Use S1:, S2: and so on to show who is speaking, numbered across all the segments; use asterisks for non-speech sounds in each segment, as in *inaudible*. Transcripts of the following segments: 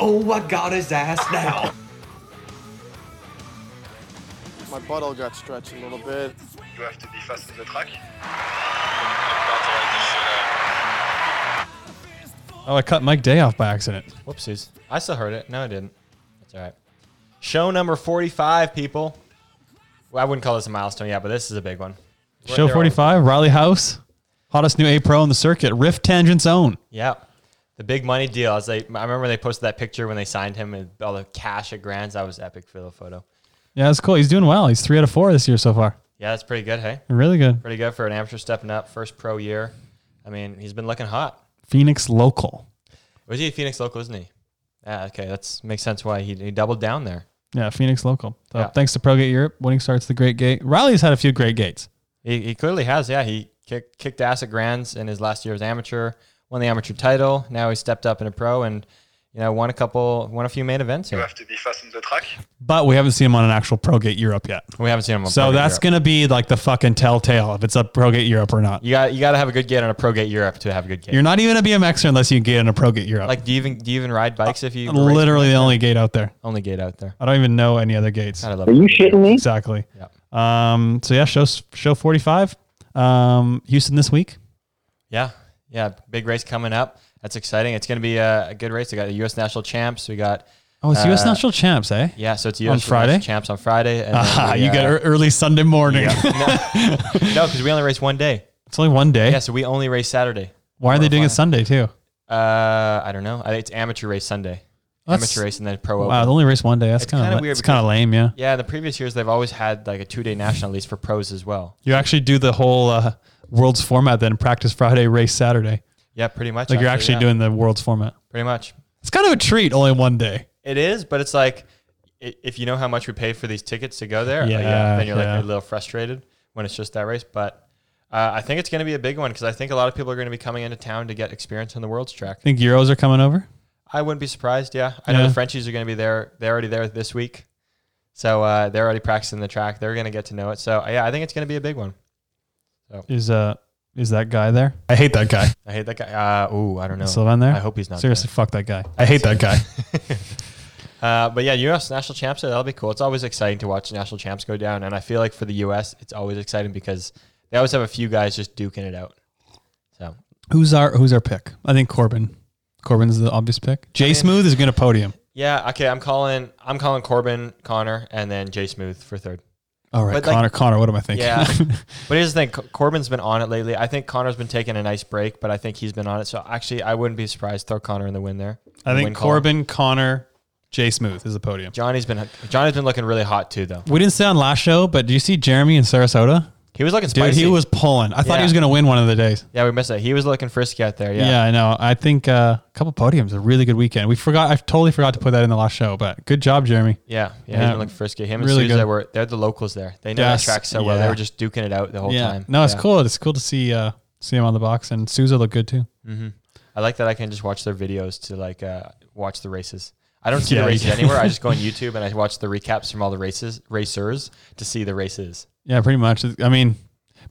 S1: Oh, I got his ass now.
S2: My butthole got stretched a little bit.
S3: You have to be fast on the track.
S4: Oh, I cut Mike Day off by accident.
S5: Whoopsies. I still heard it. No, I didn't. That's all right. Show number 45, people. Well, I wouldn't call this a milestone yet, but this is a big one. We're-
S4: Show
S5: they're all-
S4: 45, Riley House, hottest new A Pro in the circuit, Rift Tangent's own.
S5: Yeah. The big money deal. As they, I remember they posted that picture when they signed him and all the cash at Grands. That was epic for the photo.
S4: Yeah, that's cool. He's doing well. He's three out of four this year so far.
S5: Yeah, that's pretty good, hey?
S4: Really good.
S5: Pretty good for an amateur stepping up, first pro year. I mean, he's been looking hot.
S4: Phoenix local.
S5: Was he a Phoenix local, isn't he? Yeah, okay. That makes sense why he, he doubled down there.
S4: Yeah, Phoenix local. So
S5: Yeah.
S4: Thanks to ProGate Europe, winning starts the great gate. Riley's had a few great gates.
S5: He, he clearly has, yeah. He kicked, kicked ass at Grands in his last year as amateur, won the amateur title. Now he stepped up in a pro and, you know, won a couple, won a few main events
S3: You
S5: here.
S3: have to be fast on the track.
S4: But we haven't seen him on an actual ProGate Europe yet.
S5: We haven't seen him. On
S4: So
S5: Pro Gate
S4: that's
S5: Europe.
S4: going to be like the fucking telltale if it's a ProGate Europe or not.
S5: You got you got to have a good gate on a pro gate Europe to have a good gate.
S4: You're not even a BMXer unless you get in a ProGate Europe.
S5: like, do you even do you even ride bikes if you race-
S4: Uh, literally the only gate out there.
S5: only gate out there?
S4: I don't even know any other gates.
S5: Gotta love
S6: Are
S5: it.
S6: you shitting me?
S4: *laughs* Exactly.
S5: Yeah.
S4: Um, so yeah, show show 45. Um, Houston this week.
S5: Yeah, yeah. Big race coming up. That's exciting. It's gonna be a, a good race. We got the U.S. national champs. We got
S4: Oh, it's U.S.
S5: Uh,
S4: national champs, eh?
S5: yeah. So it's U.S.
S4: On
S5: national
S4: Friday?
S5: champs on Friday.
S4: *laughs*
S5: And then
S4: Ah,
S5: we,
S4: you
S5: uh,
S4: got got early Sunday morning.
S5: no because we only race one day.
S4: *laughs* it's only one day.
S5: Yeah, so we only race Saturday.
S4: Why are they doing it Sunday
S5: Horrifying.
S4: too?
S5: Uh, I don't know. I, it's amateur race Sunday.
S4: That's-
S5: amateur race and then pro.
S4: Wow,
S5: open.
S4: they only race one day. That's
S5: Oh. It's
S4: kind
S5: kinda
S4: of
S5: weird
S4: weird. It's kind of lame, yeah.
S5: Yeah, the previous years they've always had like a two-day national at least for pros as well.
S4: You actually do the whole uh, world's format then practice Friday, race Saturday.
S5: Yeah, pretty much.
S4: Like you're actually
S5: yeah.
S4: doing the world's format.
S5: pretty much.
S4: It's kind of a treat, only one day.
S5: It is, but it's like i- if you know how much we pay for these tickets to go there, uh,
S4: Yeah,
S5: then you're
S4: yeah.
S5: like a little frustrated when it's just that race. But uh, I think it's going to be a big one because I think a lot of people are going to be coming into town to get experience on the world's track.
S4: Think Euros are coming over?
S5: I wouldn't be surprised. Yeah, I know
S4: Yeah.
S5: the Frenchies are going to be there. They're already there this week, so uh, they're already practicing the track. They're going to get to know it. So uh, yeah, I think it's going to be a big one.
S4: Is uh is that guy there? I hate that guy.
S5: I hate that guy. Uh, ooh, I don't know.
S4: Sylvan there?
S5: I hope he's not there.
S4: Seriously, fuck that guy. I hate that guy.
S5: Uh, but yeah, U.S. national champs, that'll be cool. It's always exciting to watch national champs go down, and I feel like for the U.S., it's always exciting because they always have a few guys just duking it out. So
S4: Who's our who's our pick? I think Corbin. Corbin's the obvious pick. Jay Smooth is going to podium.
S5: yeah, okay, I'm calling, I'm calling Corbin, Connor, and then Jay Smooth for third.
S4: All right,
S5: But, like-
S4: Connor. Connor, what am I thinking? *laughs*
S5: Yeah, but here's the thing: Co- Corbin's been on it lately. I think Connor's been taking a nice break, but I think he's been on it. So actually, I wouldn't be surprised throw Connor in the win there.
S4: I
S5: Win
S4: think
S5: column.
S4: Corbin, Connor, Jay Smooth is the podium.
S5: Johnny's been Johnny's been looking really hot too, though.
S4: We didn't say on last show, but do you see Jeremy in Sarasota?
S5: He was looking
S4: Dude,
S5: spicy.
S4: he was pulling. I thought
S5: Yeah.
S4: he was going to win one of the days.
S5: yeah, we missed it. He was looking frisky out there.
S4: Yeah, I know. I think uh, a couple podiums, a really good weekend. We forgot. I totally forgot to put that in the last show, but good job, Jeremy.
S5: Yeah, yeah,
S4: Yeah.
S5: he's been looking frisky. Him and
S4: Really
S5: Souza
S4: good.
S5: were they're the locals there. They know
S4: Yes,
S5: that track so well. They
S4: yeah.
S5: were just duking it out the whole
S4: yeah,
S5: time.
S4: no, it's
S5: Yeah.
S4: cool. It's cool to see uh, see him on the box, and Souza looked good too.
S5: I like that I can just watch their videos to like uh, watch the races. I don't see
S4: Yeah,
S5: the races
S4: yeah.
S5: anywhere. I just
S4: *laughs*
S5: go on YouTube and I watch the recaps from all the races racers to see the races.
S4: Yeah, pretty much. I mean,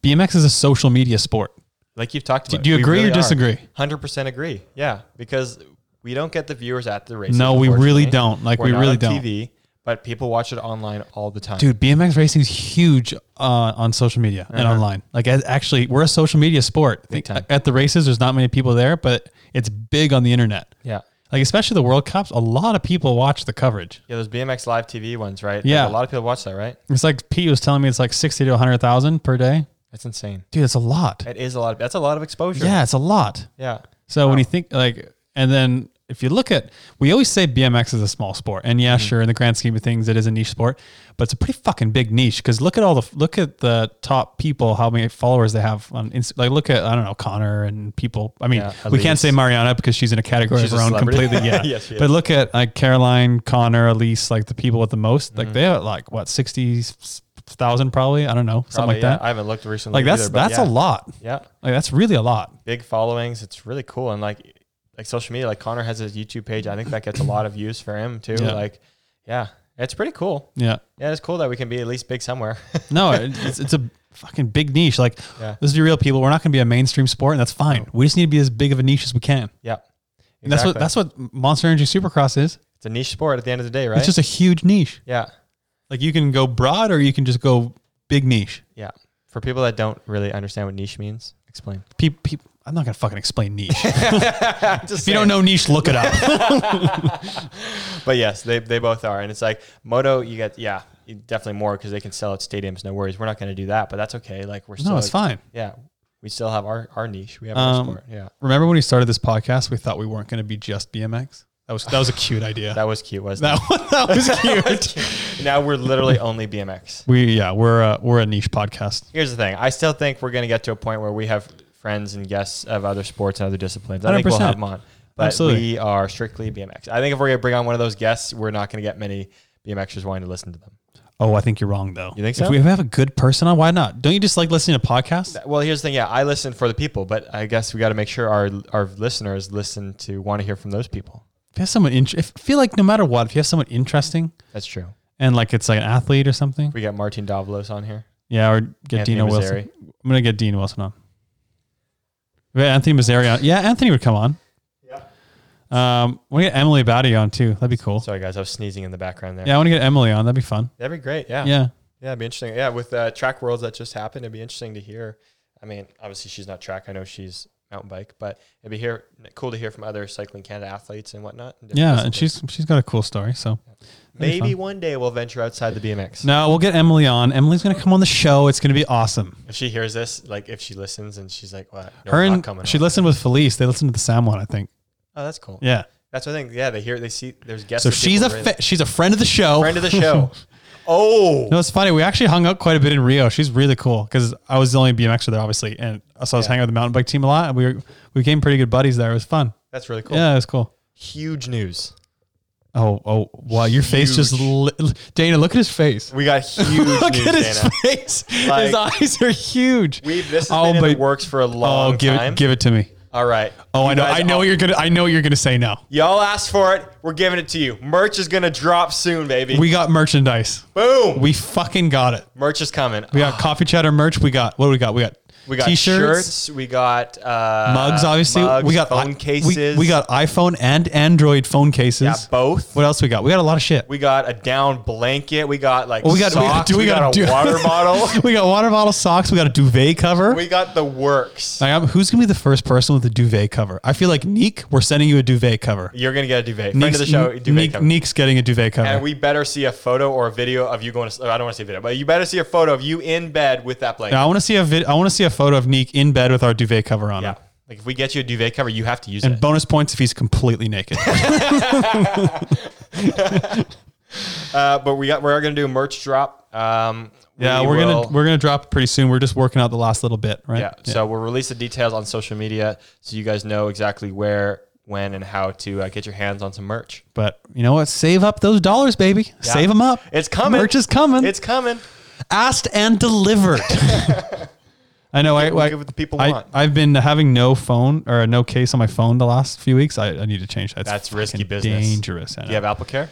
S4: BMX is a social media sport.
S5: Like you've talked
S4: Do,
S5: about.
S4: do you agree or disagree?
S5: Hundred percent agree. Yeah, because we don't get the viewers at the races.
S4: No, we really
S5: unfortunately.
S4: don't. Like,
S5: We're
S4: we
S5: not
S4: really
S5: on
S4: don't.
S5: TV, but people watch it online all the time.
S4: Dude, BMX racing is huge uh, on social media and online. Like, as, actually, we're a social media sport. Think-
S5: Uh-huh. time.
S4: At the races, there's not many people there, but it's big on the internet.
S5: Yeah.
S4: Like, especially the World Cups, a lot of people watch the coverage.
S5: Yeah, those BMX live TV ones, right? Like,
S4: Yeah.
S5: a lot of people watch that, right?
S4: It's like Pete was telling me it's like 60 to 100,000 per day.
S5: That's insane.
S4: Dude, it's a lot.
S5: It is a lot. Of, that's a lot of exposure.
S4: Yeah, it's a lot.
S5: Yeah.
S4: So when you think like, and then if you look at, we always say BMX is a small sport, and
S5: Mm-hmm.
S4: yeah, sure, in the grand scheme of things, it is a niche sport, but it's a pretty fucking big niche because look at all the look at the top people, how many followers they have on Inst- like look at I don't know Connor and people. I mean,
S5: Yeah,
S4: we can't
S5: Elise.
S4: say Mariana because she's in a category
S5: She's
S4: of
S5: a
S4: her own
S5: celebrity. *laughs*
S4: completely. Yeah,
S5: Yes, she
S4: but look at like Caroline, Connor, Elise, like the people with the most,
S5: Mm-hmm.
S4: like they have like what sixty thousand probably. I don't know something
S5: Probably,
S4: like
S5: yeah.
S4: that.
S5: I haven't looked recently.
S4: like that's
S5: either, but
S4: that's
S5: yeah.
S4: a lot.
S5: Yeah,
S4: Like that's really a lot.
S5: big followings. It's really cool, and like like social media. Like Connor has his YouTube page. I think that gets a lot of views for him too.
S4: Yeah.
S5: Like, yeah, it's pretty cool.
S4: Yeah.
S5: Yeah, it's cool that we can be at least big somewhere. *laughs*
S4: No, it- it's, it's a fucking big niche. Like,
S5: Yeah.
S4: let's be real, people. We're not going to be a mainstream sport, and that's fine. We just need to be as big of a niche as we can.
S5: yeah,
S4: And that's what that's what Monster Energy Supercross is.
S5: It's a niche sport at the end of the day, right?
S4: It's just a huge niche.
S5: yeah,
S4: Like you can go broad or you can just go big niche.
S5: yeah. For people that don't really understand what niche means, explain.
S4: People, people I'm not gonna fucking explain niche. if you don't know niche, look it
S5: *laughs*
S4: up.
S5: But yes, they, they both are, and it's like moto. You get yeah, you definitely more because they can sell at stadiums. No worries, we're not going to do that, but that's okay. Like we're still
S4: no, it's
S5: like-
S4: fine.
S5: Yeah, we still have our our niche. We have our
S4: Um,
S5: sport. Yeah,
S4: Remember when we started this podcast? We thought we weren't gonna be just BMX. That was that was a cute idea.
S5: that was cute, wasn't
S4: that, *laughs* that was
S5: *laughs*
S4: cute.
S5: it? Now we're literally only BMX.
S4: we yeah, we're a, we're a niche podcast.
S5: Here's the thing. I still think we're going to get to a point where we have friends and guests of other sports and other disciplines. I think we'll
S4: 100%.
S5: have them on. But
S4: Absolutely.
S5: we are strictly BMX. I think if we're going to bring on one of those guests, we're not going to get many BMXers wanting to listen to them.
S4: Oh, I think you're wrong though.
S5: You think
S4: If
S5: so?
S4: we have a good person on, why not? Don't you just like listening to podcasts?
S5: Well, here's the thing. Yeah, I listen for the people, but I guess we got to make sure our our listeners listen to want to hear from those people.
S4: If you have someone, int- if feel like no matter what, if you have someone interesting
S5: That's true.
S4: and like it's like an athlete or something,
S5: We got Martin Davalos on here.
S4: yeah, or get
S5: Anthony
S4: Dino
S5: Mazzeri.
S4: Wilson. I'm gonna get Dean Wilson on. We had Anthony Mazzari on. Yeah, Anthony would come on. Yeah. Um, we get Emily Batty on too. That'd be cool.
S5: Sorry, guys. I was sneezing in the background there.
S4: Yeah, I want to get Emily on. That'd be fun.
S5: That'd be great. Yeah.
S4: Yeah.
S5: Yeah, it'd be interesting. Yeah, with uh, track worlds that just happened, it'd be interesting to hear. I mean, obviously she's not track. I know she's mountain bike, but it'd be here cool to hear from other Cycling Canada athletes and whatnot. and different
S4: Yeah, and
S5: disciplines.
S4: she's she's got a cool story. So that'd be
S5: maybe
S4: fun.
S5: one day we'll venture outside the BMX.
S4: No, we'll get Emily on. Emily's gonna come on the show. It's gonna be awesome.
S5: If she hears this, like if she listens and she's like, "What? No,
S4: Her
S5: I'm not
S4: and
S5: coming
S4: she
S5: on."
S4: listened with Felice. They listened to the Sam one, I think.
S5: Oh, that's cool.
S4: Yeah.
S5: that's what I think. Yeah, they hear, they see. There's guests.
S4: So
S5: of
S4: she's
S5: people
S4: a
S5: really-
S4: fa- she's a friend of the show.
S5: friend of
S4: *laughs*
S5: the show. oh,
S4: No, it's funny. We actually hung out quite a bit in Rio. She's really cool because I was the only BMXer there, obviously, and so I was hanging out with the mountain bike team a lot. And we were, we became pretty good buddies there. It was fun.
S5: that's really cool.
S4: Yeah, it was cool.
S5: Huge news.
S4: Oh, oh, wow! Your face just li- Dana. Look at his face.
S5: We
S4: *laughs*
S5: got huge news,
S4: Look at his
S5: Dana.
S4: face. his
S5: Like-
S4: eyes are huge.
S5: We've this has
S4: Oh,
S5: been in the
S4: but-
S5: works for a long
S4: oh, give
S5: time.
S4: it, give it to me.
S5: All right.
S4: Oh, I
S5: You
S4: know,
S5: guys
S4: I know
S5: all-
S4: you're gonna, I know you're gonna say no.
S5: Y'all asked for it. We're giving it to you. Merch is gonna drop soon, baby.
S4: We got merchandise.
S5: Boom.
S4: We fucking got it.
S5: Merch is coming. Ah,
S4: We
S5: *sighs*
S4: got coffee chatter merch. We got what do we got? We got
S5: we got shirts. We got uh,
S4: mugs obviously
S5: mugs,
S4: we got i-
S5: phone
S4: we-
S5: cases.
S4: we, got iphone and android phone cases
S5: yeah, both.
S4: what else we got we got a lot of shit we,
S5: We got a down blanket. We got like
S4: we got- we got-
S5: socks.
S4: do
S5: We,
S4: we
S5: got,
S4: gotta
S5: a
S4: do- *laughs*
S5: water bottle.
S4: got water bottle socks we got a duvet cover
S5: we got the works.
S4: Like, I'm- who's gonna be the first person with a duvet cover i feel like neek we're sending you a duvet cover
S5: You're gonna get a duvet. Friend of the show, duvet
S4: Neek-
S5: cover.
S4: neek's getting a duvet cover
S5: And we better see a photo or a video of you going to. s- I don't want to see a video, but you better see a photo of you in bed with that blanket.
S4: Now, i want to see a vid- i want to see a photo of neek in bed with our duvet cover on
S5: Yeah.
S4: him.
S5: Like if we get you a duvet cover, you have to use
S4: and
S5: it.
S4: bonus points if he's completely
S5: *laughs*
S4: naked
S5: Uh, but we got we are gonna do a merch drop. Um,
S4: yeah
S5: we
S4: we're
S5: will-
S4: gonna we're gonna drop pretty soon we're just working out the last little bit right
S5: yeah. So we'll release the details on social media, so you guys know exactly where, when, and how to uh, get your hands on some merch.
S4: But you know what? Save up those dollars, baby. Save 'em Save them up.
S5: It's coming.
S4: Merch is coming.
S5: It's coming.
S4: asked and
S5: *laughs*
S4: delivered. I know. I, I
S5: give what the people
S4: I,
S5: want.
S4: I've been having no phone or no case on my phone the last few weeks. I, I need to change that. It's
S5: That's risky
S4: fucking
S5: business.
S4: Dangerous. I
S5: Do
S4: know.
S5: you have Apple Care?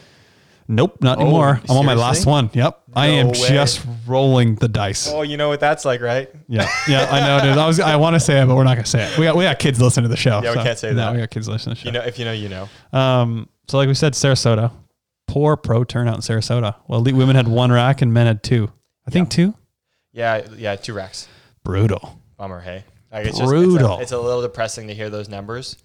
S4: nope, not anymore. I'm on my
S5: seriously?
S4: last one. Yep. I am
S5: No way.
S4: just rolling the dice.
S5: Oh, you know what that's like, right?
S4: Yeah, yeah. I know. Dude. I was. I want to say it, but we're not gonna say it. We got. We got kids listening to the show.
S5: Yeah, we can't say
S4: no,
S5: that.
S4: we got kids listening to the show.
S5: You know, if you know, you know.
S4: Um, so like we said, Sarasota, poor pro turnout in Sarasota. Well, elite women had one rack and men had two. I think two.
S5: Yeah, yeah. Two racks.
S4: Brutal,
S5: Bummer. Hey. Like, it's Just, it's,
S4: Brutal.
S5: a, it's a little depressing to hear those numbers,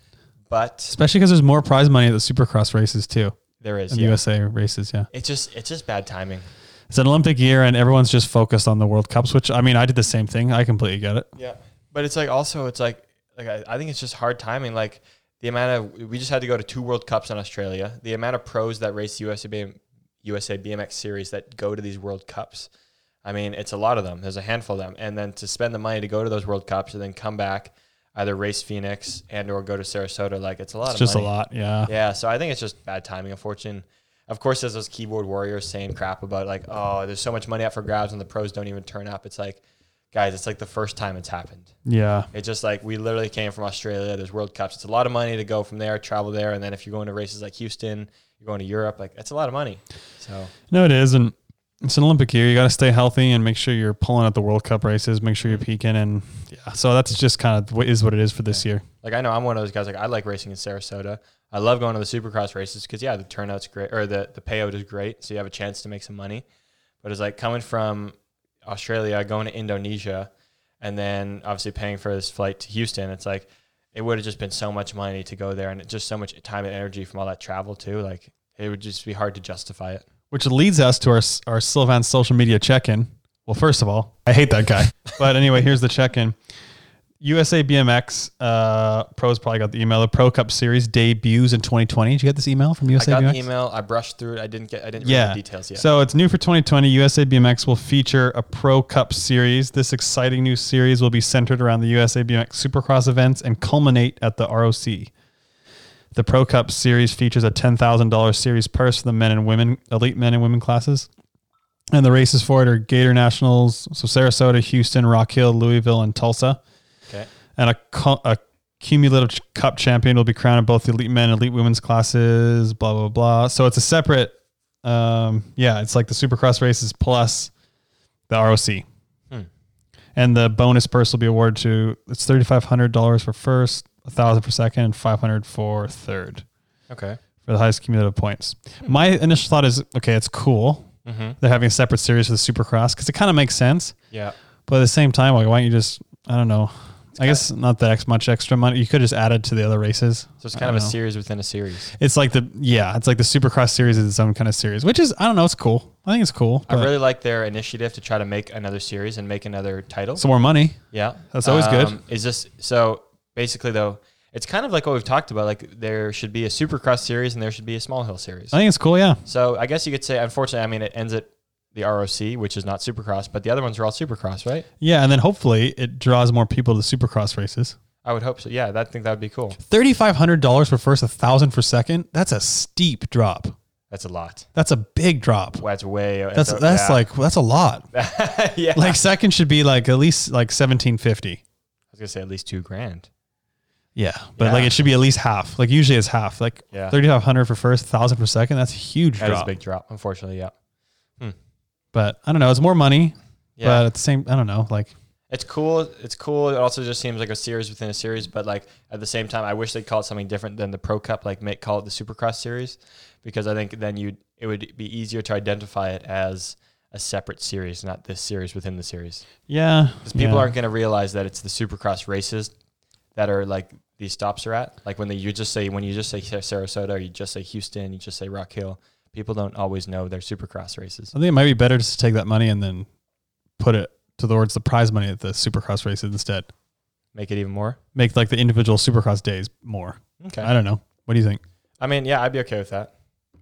S5: but
S4: especially because there's more prize money at the Supercross races too,
S5: there is.
S4: and
S5: Yeah.
S4: USA races. Yeah,
S5: It's just it's just bad timing.
S4: it's an Olympic year, and everyone's just focused on the World Cups. Which I mean, I did the same thing. I completely get it.
S5: Yeah, but it's like also it's like like I, I think it's just hard timing. Like the amount of we just had to go to two World Cups in Australia. The amount of pros that race USA BM, USA BMX series that go to these World Cups. I mean, it's a lot of them. There's a handful of them, and then to spend the money to go to those World Cups and then come back, either race Phoenix and or go to Sarasota. Like it's a lot.
S4: It's
S5: of
S4: just
S5: money.
S4: a lot. Yeah.
S5: Yeah, so I think it's just bad timing, unfortunately. Of course, there's those keyboard warriors saying crap about like, oh, there's so much money up for grabs and the pros don't even turn up. It's like, guys, it's like the first time it's happened.
S4: yeah.
S5: It's just like we literally came from Australia. There's World Cups. It's a lot of money to go from there, travel there, and then if you're going to races like Houston, you're going to Europe. Like that's a lot of money. So
S4: No, it is, and it's an Olympic year. You got to stay healthy and make sure you're pulling at the World Cup races. Make sure you're peaking, and yeah. So that's just kind of what is what it is for this year.
S5: Like I know I'm one of those guys. Like I like racing in Sarasota. I love going to the Supercross races because yeah, the turnout's great or the the payout is great, so you have a chance to make some money. But it's like coming from Australia, going to Indonesia, and then obviously paying for this flight to Houston. It's like it would have just been so much money to go there, and it just so much time and energy from all that travel too. Like it would just be hard to justify it.
S4: which leads us to our our Sylvan social media check-in. Well, first of all, I hate that
S5: *laughs*
S4: guy. but anyway, here's the check-in. USA BMX uh, pros probably got the email. The Pro Cup Series debuts in 2020. Did you get this email from
S5: I
S4: USA
S5: got
S4: BMX?
S5: the email. I brushed through it. I didn't get. I didn't
S4: yeah.
S5: read the details yet.
S4: So it's new for 2020. USA BMX will feature a Pro Cup series. This exciting new series will be centered around the USA BMX Supercross events and culminate at the ROC. The Pro Cup series features a $10,000 series purse for the men and women, elite men and women classes. And the races for it are Gator Nationals, so Sarasota, Houston, Rock Hill, Louisville, and Tulsa
S5: okay.
S4: and a, cu- a cumulative ch- cup champion will be crowned in both the elite men and elite women's classes blah blah blah so it's a separate um yeah it's like the supercross races plus the roc and the bonus purse will be awarded to it's $3500 for first 1000 for second and 500 for third
S5: Okay.
S4: for the highest cumulative points my initial thought is okay it's cool they're having a separate series for the supercross because it kind of makes sense
S5: Yeah.
S4: but at the same time, like, why don't you just? I don't know. I guess not that ex much extra money. You could just add it to the other races.
S5: So it's
S4: I
S5: kind of
S4: don't
S5: a
S4: know.
S5: series within a series.
S4: It's like the yeah, it's like the Supercross series is its own kind of series, which is I don't know. It's cool. I think it's cool.
S5: I
S4: but
S5: really like their initiative to try to make another series and make another title.
S4: some more money.
S5: yeah, Um,
S4: That's always good.
S5: Is this so? Basically, though, it's kind of like what we've talked about. Like there should be a Supercross series and there should be a Small Hill series.
S4: I think it's cool. Yeah,
S5: So I guess you could say, unfortunately, I mean, it ends at the ROC, which is not Supercross, but the other ones are all Supercross, right?
S4: yeah, and then hopefully it draws more people to Supercross races.
S5: I would hope so. Yeah, that, I think that would be cool.
S4: Thirty five hundred dollars for first, a thousand for second. That's a steep drop.
S5: That's a lot.
S4: That's a big drop.
S5: That's way.
S4: That's that's like that's a lot.
S5: like *laughs* yeah.
S4: Like second should be like at least like seventeen fifty.
S5: I was gonna say at least two grand.
S4: Yeah, but
S5: Yeah.
S4: like it should be at least half. Like usually it's half. Like
S5: Yeah.
S4: thirty five hundred for first, thousand for second. That's a huge
S5: That is
S4: drop.
S5: a big drop, unfortunately. Yeah.
S4: But I don't know. It's more money.
S5: Yeah.
S4: But at the same, I don't know. Like
S5: It's cool. It's cool. It also just seems like a series within a series, but like at the same time, I wish they'd call it something different than the Pro Cup. Like make call it the Supercross series, because I think then you it would be easier to identify it as a separate series, not this series within the series.
S4: yeah,
S5: Because people
S4: yeah.
S5: aren't going to realize that it's the Supercross races that are like these stops are at. Like when they, you just say when you just say Sar- Sarasota, or you just say Houston, you just say Rock Hill. People don't always know their Supercross races.
S4: I think it might be better just to take that money and then put it towards the prize money at the Supercross races instead.
S5: Make it even more.
S4: Make like the individual Supercross days more.
S5: Okay.
S4: I don't know. What do you think?
S5: I mean, yeah, I'd be okay with that.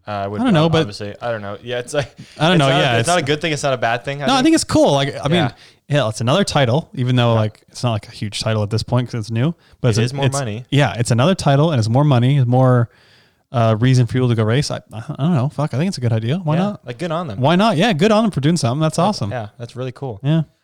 S5: Uh, I would.
S4: I don't know, but-
S5: obviously, I don't know. Yeah, it's like
S4: I don't
S5: it's
S4: know,
S5: not-
S4: yeah,
S5: it's, not a
S4: it's-
S5: good thing. It's not a bad thing.
S4: No, I think it's cool. Like I mean,
S5: Yeah.
S4: hell, it's another title, even though like it's not like a huge title at this point because it's new. But it's,
S5: is more
S4: it's-
S5: money.
S4: Yeah, it's another title and it's more money. It's more uh, reason for people to go race. I, I don't know. Fuck, I think it's a good idea. Why
S5: yeah,
S4: not?
S5: Like, good on them.
S4: Why not? Yeah, good on them for doing something. That's awesome. Yeah.
S5: Yeah, that's really cool.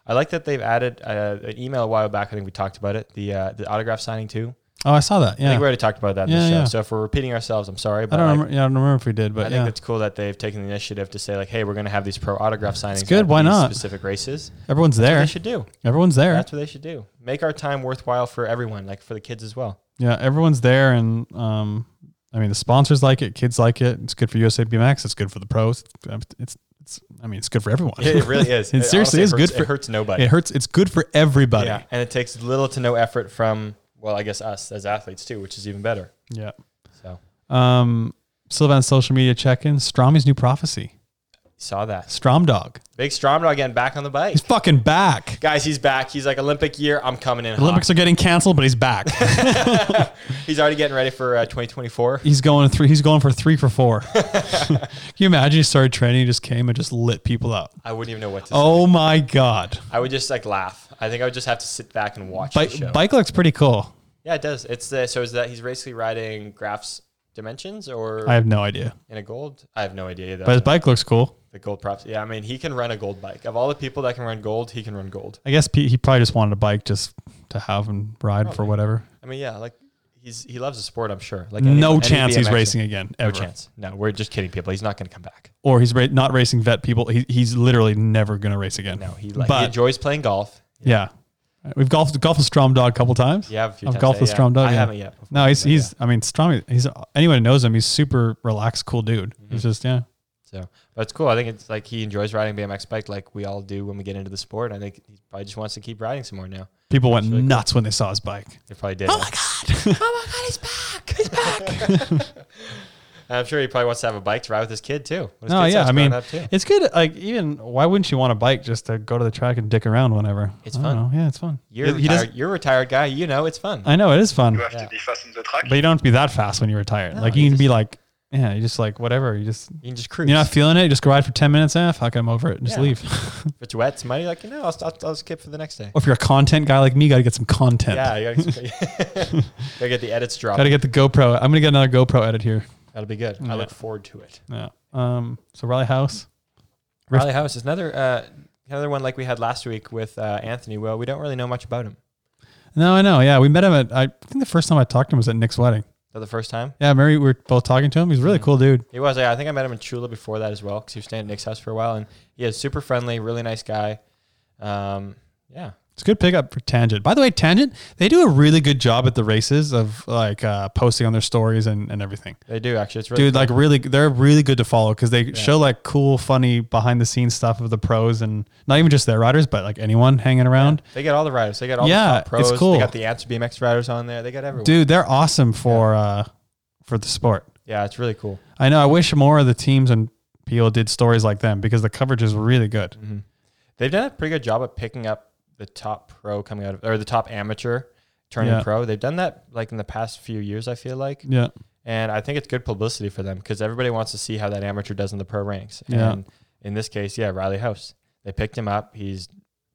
S5: I like that they've added uh, an email a while back. I think we talked about it. The uh, the autograph signing too.
S4: Oh, I saw that.
S5: I
S4: Yeah.
S5: think we already talked about that in
S4: Yeah,
S5: the show.
S4: yeah.
S5: So if we're repeating ourselves, I'm sorry,
S4: I
S5: but
S4: don't
S5: like,
S4: remember. Yeah, I don't remember if we did,
S5: I
S4: but
S5: think
S4: yeah,
S5: it's cool that they've taken the initiative to say like, hey, we're gonna have these pro autograph signings.
S4: good.
S5: at
S4: Why
S5: these
S4: not?
S5: specific races?
S4: everyone's
S5: They
S4: there.
S5: should do.
S4: Everyone's there.
S5: That's what they should do. Make our time worthwhile for everyone, like for the kids as well. *laughs*
S4: Yeah, everyone's there, and um, I mean the sponsors like it, kids like it. It's good for USA BMX. It's good for the pros. It's it's. I mean, it's good for everyone.
S5: It, it really is.
S4: it seriously
S5: honestly
S4: is
S5: hurts-
S4: good for
S5: It hurts nobody.
S4: It hurts. It's good for everybody.
S5: Yeah, and it takes little to no effort from well, I guess us as athletes too, which is even better.
S4: Yeah.
S5: So
S4: Um, Sylvan's social media check-in. Stromy's new prophecy.
S5: saw that
S4: Strom dog.
S5: big Stromdog getting back on the bike,
S4: He's fucking back.
S5: guys. He's back. He's like Olympic year. I'm coming in. hot."
S4: Olympics are getting canceled, but he's
S5: *laughs*
S4: back.
S5: He's already getting ready for uh, 2024.
S4: he's going three. He's going for three for four. *laughs* Can you imagine? He started training. He just came and just lit people up.
S5: I wouldn't even know what to. say.
S4: Oh my god.
S5: I would just like laugh. I think I would just have to sit back and watch the show.
S4: Bike bike looks pretty cool.
S5: Yeah, it does. It's uh, so is that he's basically riding Graf's dimensions or
S4: I have no idea,
S5: in a gold? I have no idea. Either.
S4: but his bike looks cool.
S5: the gold props. Yeah, I mean he can run a gold bike. Of all the people that can run gold, he can run gold.
S4: I guess Pete, he probably just wanted a bike just to have and ride for whatever.
S5: I mean, yeah, like he's he loves the sport. I'm sure. Like
S4: no
S5: any- any
S4: chance he's
S5: BMXer.
S4: racing again.
S5: No
S4: Ever.
S5: chance. No, we're just kidding, people. He's not going to come back.
S4: Or he's ra- not racing vet people. He, he's literally never going to race again.
S5: No, he like he
S4: But-
S5: enjoys playing golf.
S4: Yeah. We've golfed golfed with Strom Dog a couple times.
S5: Yeah, I've a few
S4: I've
S5: times,
S4: golfed
S5: yeah,
S4: with
S5: yeah.
S4: Strom Dog.
S5: I
S4: yeah.
S5: haven't yet before,
S4: No, he's
S5: but
S4: he's. I mean, Strom. He's anyone who knows him. He's super relaxed, cool dude.
S5: Mm-hmm.
S4: He's just yeah.
S5: So, but it's cool. I think it's like he enjoys riding BMX bike, like we all do when we get into the sport. I think he probably just wants to keep riding some more now.
S4: People went
S5: really cool.
S4: nuts when they saw his bike.
S5: They probably did. Oh
S4: *laughs*
S5: my god! oh my god! He's back! He's back! *laughs* I'm sure he probably wants to have a bike to ride with his kid too. When his
S4: No,
S5: kid
S4: yeah.
S5: starts
S4: I
S5: growing
S4: mean,
S5: up, too.
S4: it's good. Like even why wouldn't you want a bike just to go to the track and dick around whenever?
S5: It's
S4: I don't
S5: fun.
S4: know. Yeah, it's fun.
S5: you're
S4: He- he doesn't-
S5: retired, you're a retired guy. You know it's fun.
S4: I know it is fun,
S3: You have
S5: Yeah.
S3: to be fast on the track.
S4: but you don't have to be that fast when you're retired. like you
S5: you
S4: can be
S5: just-
S4: like, yeah, you just like whatever. You just
S5: you can just cruise.
S4: you're not feeling it. Just go ride for ten minutes. Ah, fuck, I'm over it. And just
S5: Yeah.
S4: leave. *laughs*
S5: if it's wet, it's muddy. Like you know, I'll, I'll, I'll skip for the next day.
S4: or if you're a content guy like me, you gotta get some content. *laughs*
S5: Yeah, you gotta, *laughs* gotta get the edits dropped.
S4: Gotta get the GoPro. I'm gonna get another GoPro edit here.
S5: That'll be good.
S4: Yeah.
S5: I look forward to it.
S4: Yeah. Um. So Riley House. Rift-
S5: Riley House is another uh, another one like we had last week with uh, Anthony. Well, we don't really know much about him.
S4: No, I know. Yeah, we met him at. I think the first time I talked to him was at Nick's wedding.
S5: Is that the first time?
S4: Yeah, Mary. We were both talking to him. He's a
S5: Mm-hmm.
S4: really cool dude.
S5: He was. Yeah, I think I met him in Chula before that as well because he was staying at Nick's house for a while. And he is super friendly, really nice guy. Um, yeah.
S4: It's a good pickup for Tangent. By the way, Tangent they do a really good job at the races of like uh, posting on their stories and, and everything.
S5: They do actually. It's really
S4: Dude,
S5: cool.
S4: like really, they're really good to follow because they show like cool, funny behind the scenes stuff of the pros and not even just their riders, but like anyone hanging around.
S5: they get all the riders. They get all
S4: Yeah,
S5: the top pros.
S4: it's cool.
S5: They got the Answer BMX riders on there. They got everyone.
S4: Dude, they're awesome for uh, for the sport.
S5: Yeah, it's really cool.
S4: I know. I wish more of the teams and people did stories like them because the coverage is really good.
S5: They've done a pretty good job at picking up the top pro coming out of or the top amateur turning
S4: Yeah.
S5: pro. They've done that like in the past few years. I feel like.
S4: Yeah.
S5: And I think it's good publicity for them because everybody wants to see how that amateur does in the pro ranks.
S4: Yeah.
S5: And in this case, yeah, Riley House. They picked him up. He's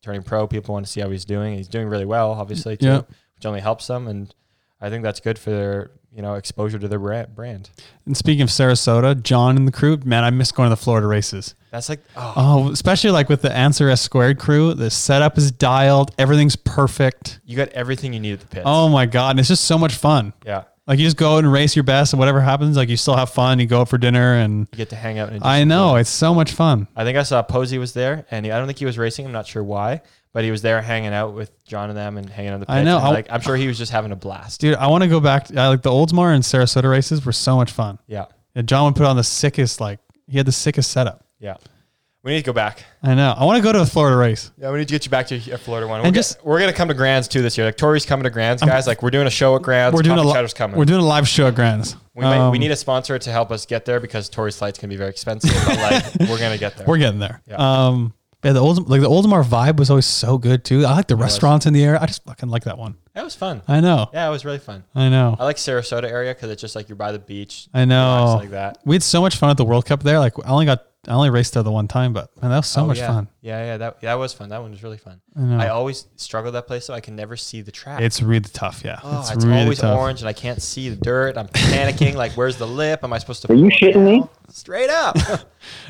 S5: turning pro. People want to see how he's doing. He's doing really well, obviously, too,
S4: Yeah.
S5: which only helps them. And I think that's good for their, you know, exposure to their bra- brand.
S4: And speaking of Sarasota, John and the crew, man, I miss going to the Florida races.
S5: That's like, oh,
S4: Oh, especially like with the Answer S squared crew, the setup is dialed, everything's perfect.
S5: you got everything you need at the pits.
S4: Oh my god, and it's just so much fun.
S5: yeah.
S4: Like you just go out and race your best, and whatever happens, like you still have fun. You go out for dinner, and
S5: You get to hang out. And
S4: I know it's so much fun.
S5: I think I saw Posey was there, and he, I don't think he was racing. I'm not sure why, but he was there hanging out with John and them and hanging on the. Pits
S4: I know.
S5: and,
S4: I-
S5: like, I'm sure he was just having a blast.
S4: Dude, I want to go back. I like the Oldsmar and Sarasota races were so much fun.
S5: Yeah,
S4: And John would put on the sickest, like he had the sickest setup.
S5: yeah. We need to go back.
S4: I know. I want to go to a Florida race.
S5: Yeah, we need to get you back to a Florida one. We're,
S4: And
S5: go-
S4: just-
S5: we're gonna come to Grands too this year. Like Tori's coming to Grands, guys. Like we're doing a show at Grands.
S4: We're doing a
S5: Papa
S4: li-
S5: Cheddar's coming.
S4: We're doing a live show at Grand's.
S5: we, might, we
S4: Um,
S5: need a sponsor to help us get there because Tori's flights can be very expensive. But
S4: *laughs*
S5: like we're gonna get there.
S4: We're getting there.
S5: Yeah.
S4: Um, yeah, the old like the Oldsmar vibe was always so good too. I like the restaurants in the area. I just fucking like that one.
S5: that was fun.
S4: I know.
S5: Yeah, it was really fun.
S4: I know.
S5: I like Sarasota area because it's just like you're by the beach.
S4: I know.
S5: relax Like that.
S4: We had so much fun at the World Cup there. Like I only got I only raced there the one time, but man, that was so
S5: Oh,
S4: much
S5: yeah.
S4: fun.
S5: Yeah, yeah, that that was fun. That one was really fun. I,
S4: know.
S5: always struggle with that place though. I can never see the track.
S4: It's really tough. Yeah,
S5: Oh, it's, always orange and I can't see the dirt. I'm panicking. like, where's the lip? Am I supposed to? Are you shitting me?
S4: *laughs*
S5: Straight up.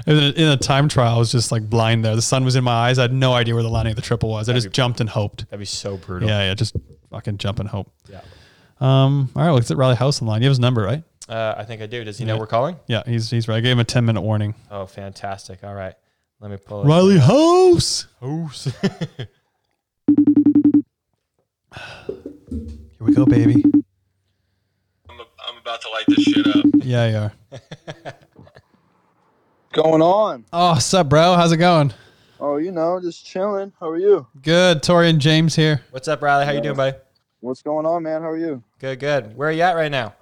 S4: In a, in a time trial, I was just like blind there. The sun was in my eyes. I had no idea where the landing of the triple was. I just jumped and hoped.
S5: That'd be so brutal.
S4: Yeah, yeah, just fucking jump and hope.
S5: Yeah.
S4: Um, all right, well, it's at Riley House online. You have his number, right?
S5: Uh, I think I do. Does he know
S4: Yeah.
S5: we're calling?
S4: Yeah, he's he's right. I gave him a ten minute warning.
S5: Oh, fantastic. All right. Let me pull it.
S4: Riley House.
S5: House.
S4: Here we go, baby.
S3: I'm, I'm about to light this shit up.
S4: *laughs* Yeah, you are.
S2: Going on.
S4: Oh, sup, bro? How's it going?
S2: Oh, you know, just chilling. How are you?
S4: Good. Tori and James here.
S5: What's up, Riley? How you doing, buddy?
S2: What's going on, man? How are you?
S5: Good, good. Where are you at right now?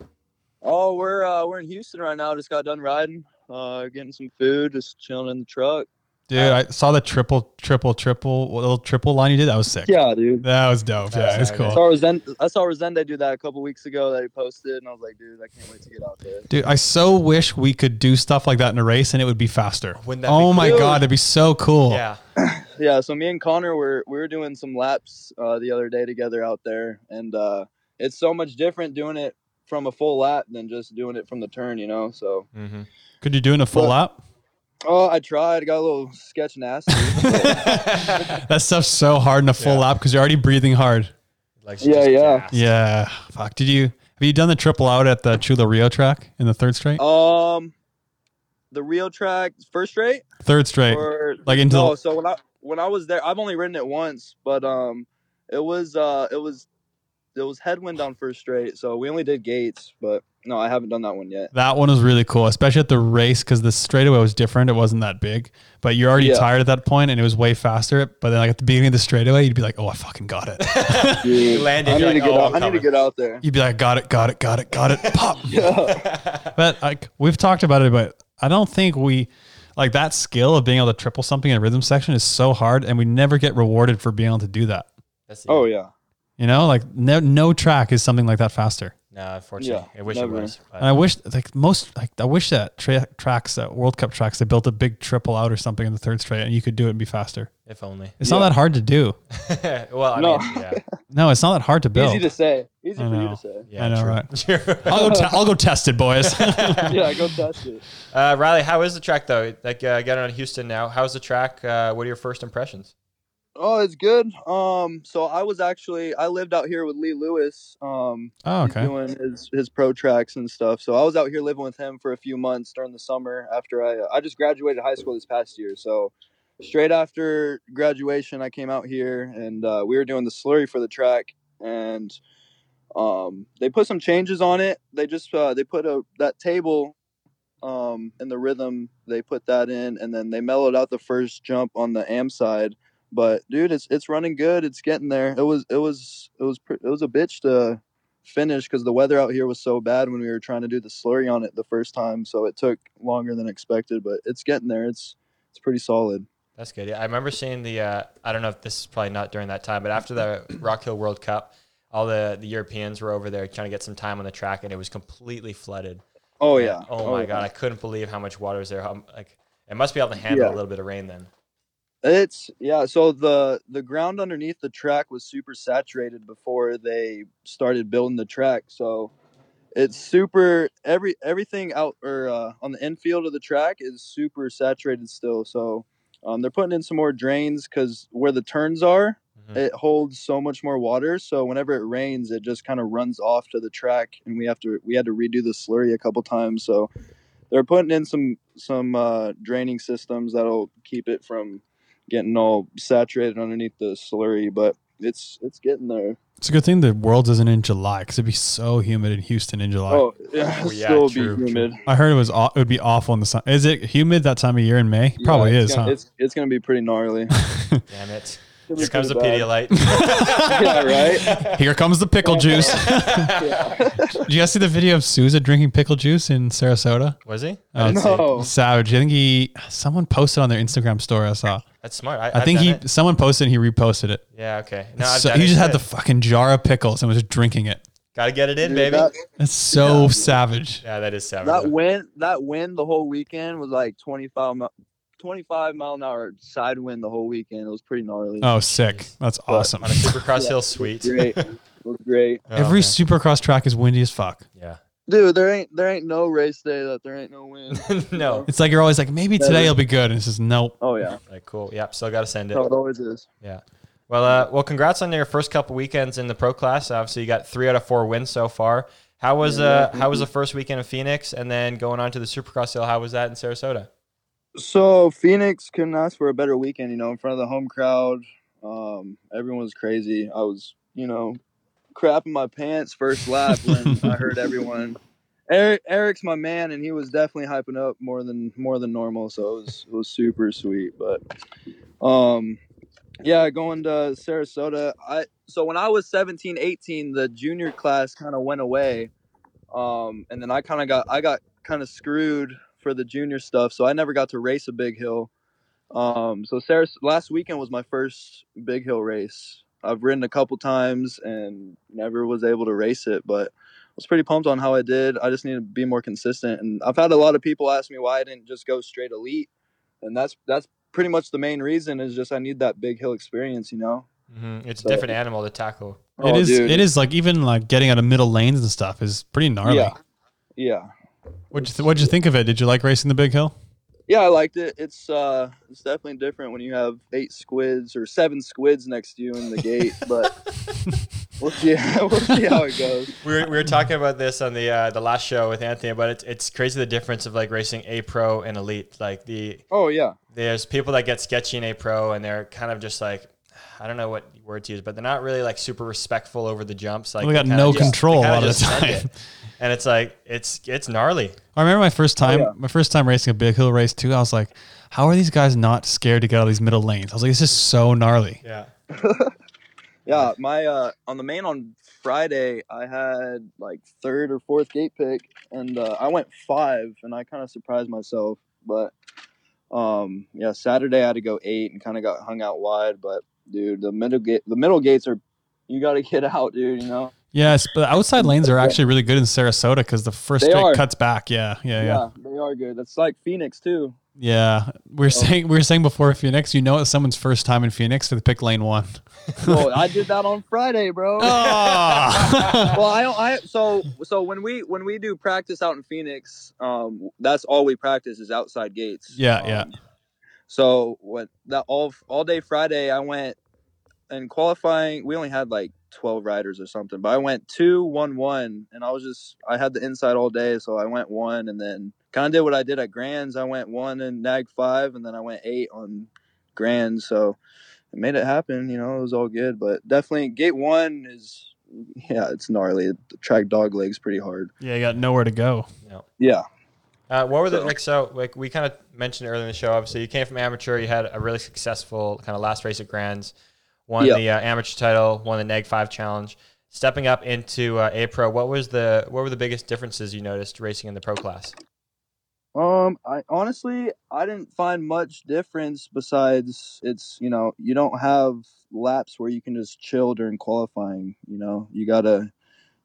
S2: Oh, we're uh, we're in Houston right now. Just got done riding, uh, getting some food, just chilling in the truck.
S4: Dude, I saw the triple, triple, triple, little triple line you did. That was sick.
S2: Yeah, dude.
S4: That was dope.
S5: That
S4: Yeah,
S5: was
S4: it's
S5: nice.
S2: I
S4: cool.
S2: saw Resende, I saw Resende do that a couple weeks ago that he posted, and I was like, dude, I can't wait to get out there.
S4: Dude, I so wish we could do stuff like that in a race and it would be faster.
S5: Wouldn't that be
S4: oh my
S2: cool?
S4: God, that'd be so cool.
S5: Yeah.
S2: Yeah, so me and Connor were we were doing some laps uh, the other day together out there, and uh, it's so much different doing it from a full lap than just doing it from the turn, you know. So
S5: Mm-hmm.
S4: Could you do it in a full
S2: Well- *laughs*
S4: lap?
S2: oh, I tried, got a little sketch
S4: *laughs*
S2: nasty.
S4: That stuff's so hard in a full
S5: Yeah.
S4: lap because you're already breathing hard.
S5: like,
S2: Yeah,
S5: just
S2: yeah.
S5: gas.
S4: Yeah. Fuck. Did you have you done the triple out at the Chula Rio track in the third straight?
S2: um, the real track first straight
S4: Third straight.
S2: or
S4: Like into
S2: no?
S4: the
S2: So when I when I was there, I've only ridden it once, but um, It was uh it was it was headwind on first straight, so we only did gates, but no, I haven't done that one yet.
S4: That one was really cool, especially at the race because the straightaway was different. It wasn't that big, but you're already
S2: Yeah.
S4: tired at that point, and it was way faster. But then, like at the beginning of the straightaway, you'd be like, "Oh, I fucking got
S2: *laughs*
S4: it."
S5: *laughs*
S2: Dude,
S5: landed,
S2: I need
S5: you're
S2: to
S5: like,
S2: get
S5: "Oh,
S2: out.
S5: I'm
S2: I need to
S5: coming."
S2: get out there. *laughs*
S4: You'd be like, "Got it, got it, got it, got it." Pop.
S2: Yeah.
S4: But like we've talked about it, but I don't think we like that skill of being able to triple something in a rhythm section is so hard, and we never get rewarded for being able to do that.
S5: *laughs* That's
S2: Oh yeah.
S4: You know, like no no track is something like that faster.
S5: No, unfortunately,
S2: Yeah,
S5: I wish
S2: never.
S5: it was. but-
S4: And I wish like most like I wish that tra- tracks that World Cup tracks they built a big triple out or something in the third straight, and you could do it and be faster.
S5: if only.
S4: It's
S2: Yeah.
S4: not that hard to do.
S5: *laughs* well, I
S2: No.
S5: mean,
S2: *laughs*
S5: yeah,
S4: No, it's not that hard to build.
S2: Easy to say. Easy
S4: I
S2: for you
S4: know.
S2: to say.
S5: yeah
S4: I know,
S5: true.
S4: right?
S5: *laughs* True.
S4: *laughs* I'll go. Te- I'll go test it, boys.
S2: *laughs* Yeah, go test it.
S5: Uh, Riley, how is the track though? Like, uh, getting on Houston now. How's the track? Uh, what are your first impressions?
S2: Oh, it's good. Um, so I was actually I lived out here with Lee Lewis. Um,
S4: *laughs* oh,
S2: he's
S4: okay.
S2: doing his his pro tracks and stuff. So I was out here living with him for a few months during the summer after I uh, I just graduated high school this past year. So straight after graduation, I came out here and uh, we were doing the slurry for the track and um, they put some changes on it. They just uh, they put a that table um, and the rhythm they put that in and then they mellowed out the first jump on the am side. But dude, it's it's running good. It's getting there. It was it was it was pr- it was a bitch to finish because the weather out here was so bad when we were trying to do the slurry on it the first time, so it took longer than expected. But it's getting there. It's it's pretty solid.
S5: That's good. Yeah, I remember seeing the. Uh, I don't know if this is probably not during that time, but after the *coughs* Rock Hill World Cup, all the the Europeans were over there trying to get some time on the track, and it was completely flooded.
S2: Oh yeah.
S5: Oh, my
S2: yeah.
S5: god, I couldn't believe how much water was there. How, like, it must be able to handle
S2: Yeah.
S5: a little bit of rain then.
S2: It's yeah. So the the ground underneath the track was super saturated before they started building the track. So it's super every everything out or uh, on the infield of the track is super saturated still. So um, they're putting in some more drains because where the turns are,
S5: Mhm.
S2: it holds so much more water. So whenever it rains, it just kind of runs off to the track, and we have to we had to redo the slurry a couple times. So they're putting in some some uh, draining systems that'll keep it from getting all saturated underneath the slurry. But it's it's getting there.
S4: It's a good thing the world isn't in July because it'd be so humid in Houston in July.
S2: Oh,
S5: *laughs*
S2: yeah,
S5: Oh,
S2: it'll
S5: yeah,
S2: still
S5: true, true.
S2: be humid.
S4: I heard it was. aw- It would be awful in the sun. Is it humid that time of year in May? It Probably
S2: Yeah,
S4: is,
S2: it's gonna,
S4: huh?
S2: It's it's gonna be pretty
S5: *laughs*
S2: gnarly. *laughs*
S5: Damn
S2: It's
S5: it!
S2: gonna be
S5: Here comes the
S2: pretty bad. *laughs*
S5: Pedialyte.
S2: Yeah, right.
S4: *laughs* *laughs*
S5: *laughs*
S4: Here comes
S2: *laughs*
S4: the pickle juice.
S2: Yeah.
S4: Did you guys see the video of Sousa drinking pickle juice in Sarasota?
S5: Was he?
S4: Oh,
S5: I didn't see it.
S2: No.
S4: Savage. I think he. Someone posted on their Instagram story. I saw.
S5: That's smart. I,
S4: I
S5: I've
S4: think
S5: done
S4: he.
S5: it.
S4: Someone posted. and He reposted it.
S5: Yeah. Okay. No, I've
S4: so,
S5: done
S4: he
S5: it.
S4: just had the
S5: Good.
S4: fucking jar of pickles and was drinking it.
S5: Gotta get it in,
S2: Dude,
S5: baby.
S2: that-
S4: That's so savage.
S5: yeah, that is savage.
S2: That wind, that wind the whole weekend was like 25, mi- 25 mile an hour side wind the whole weekend. It was pretty gnarly.
S4: Oh, sick. That's awesome.
S5: on a supercross
S2: Yeah.
S5: hill sweet.
S2: Great, it was great,
S5: Oh,
S4: Every
S5: man.
S4: supercross track is windy as fuck.
S5: yeah.
S2: dude. There ain't there ain't no race day that there ain't no wind.
S5: *laughs* no.
S4: It's like you're always like, maybe
S2: Yeah,
S4: today
S2: dude.
S4: will be good. And it's just, nope.
S2: Oh yeah,
S5: Like cool. Yep. Still gotta send it.
S2: no, it always is.
S5: Well, uh, well, congrats on your first couple weekends in the pro class. Obviously, you got three out of four wins so far. How was
S2: Yeah,
S5: uh,
S2: thank
S5: how was
S2: you.
S5: the first weekend in Phoenix, and then going on to the Supercross Hill? How was that in Sarasota?
S2: So Phoenix couldn't ask for a better weekend. You know, in front of the home crowd, um, everyone was crazy. I was, you know, crapping my pants first lap when I heard everyone. Eric, Eric's my man, and he was definitely hyping up more than more than normal. So it was it was super sweet. But, um, yeah, going to Sarasota. I so when I was 17, 18, the junior class kind of went away, um, and then I kind of got I got kind of screwed for the junior stuff, so I never got to race a big hill. Um, so Saras last weekend was my first big hill race. I've ridden a couple times and never was able to race it, but I was pretty pumped on how I did. I just need to be more consistent, and I've had a lot of people ask me why I didn't just go straight elite, and that's that's pretty much the main reason is just I need that big hill experience, you know.
S5: Mm-hmm. It's a
S2: So-
S5: different animal to tackle.
S2: Oh,
S4: It is. It is like even like getting out of middle lanes and stuff is pretty gnarly.
S2: Yeah. Yeah.
S4: What'd you, th- what'd you think of it? Did you like racing the big hill?
S2: Yeah, I liked it. It's uh, it's definitely different when you have eight squids or seven squids next to you in the gate. But we'll see, *laughs* we'll see how it goes.
S5: We were, we were talking about this on the uh, the last show with Anthony, but it's it's crazy the difference of like racing a pro and elite. Like the
S2: Oh yeah,
S5: there's people that get sketchy in a pro and they're kind of just like I don't know what word to use, but they're not really like super respectful over the jumps. Like
S4: We
S5: they
S4: got
S5: kinda
S4: no
S5: just- they
S4: control a
S5: kinda
S4: lot of
S5: just
S4: the
S5: send
S4: time.
S5: it. and it's like it's it's gnarly.
S4: I remember my first time,
S2: Oh, yeah.
S4: my first time racing a big hill race too. I was like, how are these guys not scared to get out of these middle lanes? I was like, this is so gnarly.
S5: Yeah,
S2: Yeah, my uh, on the main on Friday, I had like third or fourth gate pick, and uh, I went five, and I kind of surprised myself. But um, yeah, Saturday I had to go eight and kind of got hung out wide. But dude, the middle gate, the middle gates are you got to get out, dude. You know,
S4: Yes, but the outside lanes are actually really good in Sarasota because the first
S2: They
S4: straight
S2: are.
S4: cuts back. Yeah, yeah, yeah,
S2: they are good. That's like Phoenix too.
S4: yeah.
S2: Oh.
S4: We were saying we were saying before Phoenix, you know it's someone's first time in Phoenix to pick lane one.
S2: Well, I did that on Friday, bro.
S4: Oh. Ah.
S2: *laughs* well, I, don't- I so so when we when we do practice out in Phoenix, um, that's all we practice is outside gates.
S4: Yeah,
S2: Um,
S4: yeah.
S2: So what that all all day Friday, I went and qualifying. We only had like twelve riders or something, but I went two one one, and I was just I had the inside all day, so I went one, and then kind of did what I did at Grands. I went one and nag five, and then I went eight on Grands. So it made it happen. You know, it was all good, but definitely gate one is. Yeah, it's gnarly. The track dog legs pretty hard.
S4: *laughs* yeah, you got nowhere to go.
S2: Yeah.
S5: Uh, what were the
S2: So-
S5: like? So like we kind of mentioned earlier in the show. Obviously, you came from amateur. You had a really successful kind of last race at Grands, won
S2: Yeah.
S5: the uh, amateur title, won the Neg Five Challenge. Stepping up into uh, A Pro, what was the what were the biggest differences you noticed racing in the pro class?
S2: Um, I honestly I didn't find much difference besides it's you know you don't have laps where you can just chill during qualifying. You know you gotta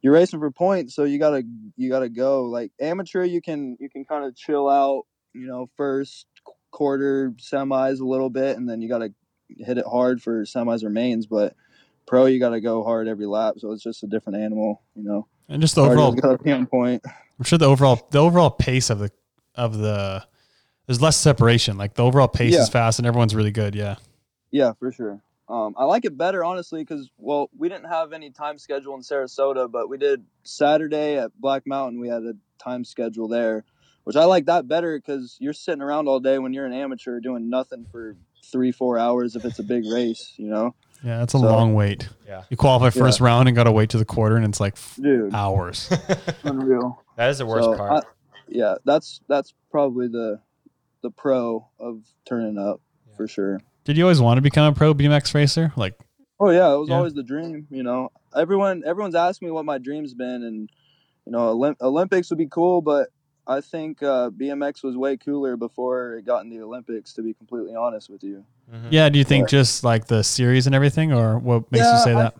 S2: you're racing for points, so you gotta you gotta go. Like amateur, you can you can kind of chill out. You know first qu- quarter semis a little bit, and then you gotta hit it hard for semis or mains. But pro, you gotta go hard every lap, so it's just a different animal. You know,
S4: And just the
S2: Hard,
S4: overall,
S2: you *laughs* gotta be on point.
S4: I'm sure the overall the overall pace of the of the there's less separation. Like the overall pace
S2: Yeah.
S4: is fast and everyone's really good. Yeah.
S2: Yeah, for sure. Um, I like it better honestly because well, we didn't have any time schedule in Sarasota, but we did Saturday at Black Mountain. We had a time schedule there, which I like that better because you're sitting around all day when you're an amateur doing nothing for three, four hours if it's a big race, you know,
S4: Yeah, that's a
S2: So-
S4: long wait.
S5: Yeah.
S4: You qualify first round and got to wait to the quarter, and it's like f-
S2: dude, *laughs*
S4: hours.
S2: unreal.
S5: *laughs* That is the worst
S2: So,
S5: part.
S2: I- yeah, that's that's probably the the pro of turning up for sure.
S4: Did you always want to become a pro BMX racer? Like,
S2: Oh yeah, it was
S4: Yeah.
S2: always the dream. You know, everyone everyone's asked me what my dream's been, and you know, Olymp- Olympics would be cool, but I think uh, BMX was way cooler before it got in the Olympics. To be completely honest with you,
S5: Mhm.
S4: yeah, do you think just like the series and everything, or what makes you
S2: Yeah,
S4: say
S2: I-
S4: that?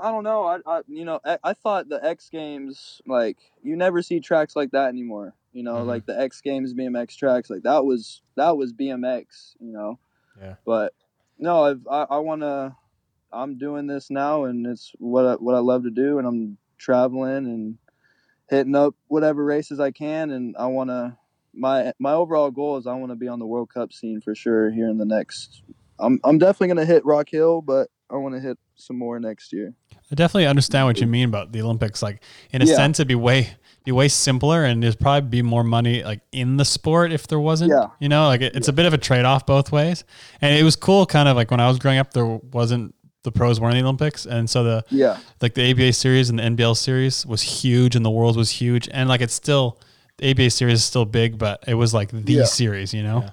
S2: I don't know. I, I you know, I, I thought the X Games like you never see tracks like that anymore. You know,
S5: Mhm.
S2: like the X Games BMX tracks, like that was that was BMX. You know,
S5: Yeah.
S2: But no, I've, I I want to. I'm doing this now, and it's what I, what I love to do, and I'm traveling and hitting up whatever races I can, and I want to. My my overall goal is I want to be on the World Cup scene for sure here in the next. I'm I'm definitely gonna hit Rock Hill, but I want to hit some more next year.
S4: I definitely understand what you mean about the Olympics. Like, in a
S2: Yeah.
S4: sense, it'd be way be way simpler, and there's probably be more money like in the sport if there wasn't.
S2: Yeah.
S4: You know, like it, it's a bit of a trade off both ways. And it was cool, kind of like when I was growing up, there wasn't the pros weren't in the Olympics, and so the
S2: Yeah,
S4: like the ABA series and the NBL series was huge and the world was huge and like it's still the ABA series is still big but it was like the
S2: Yeah.
S4: series you know
S5: Yeah,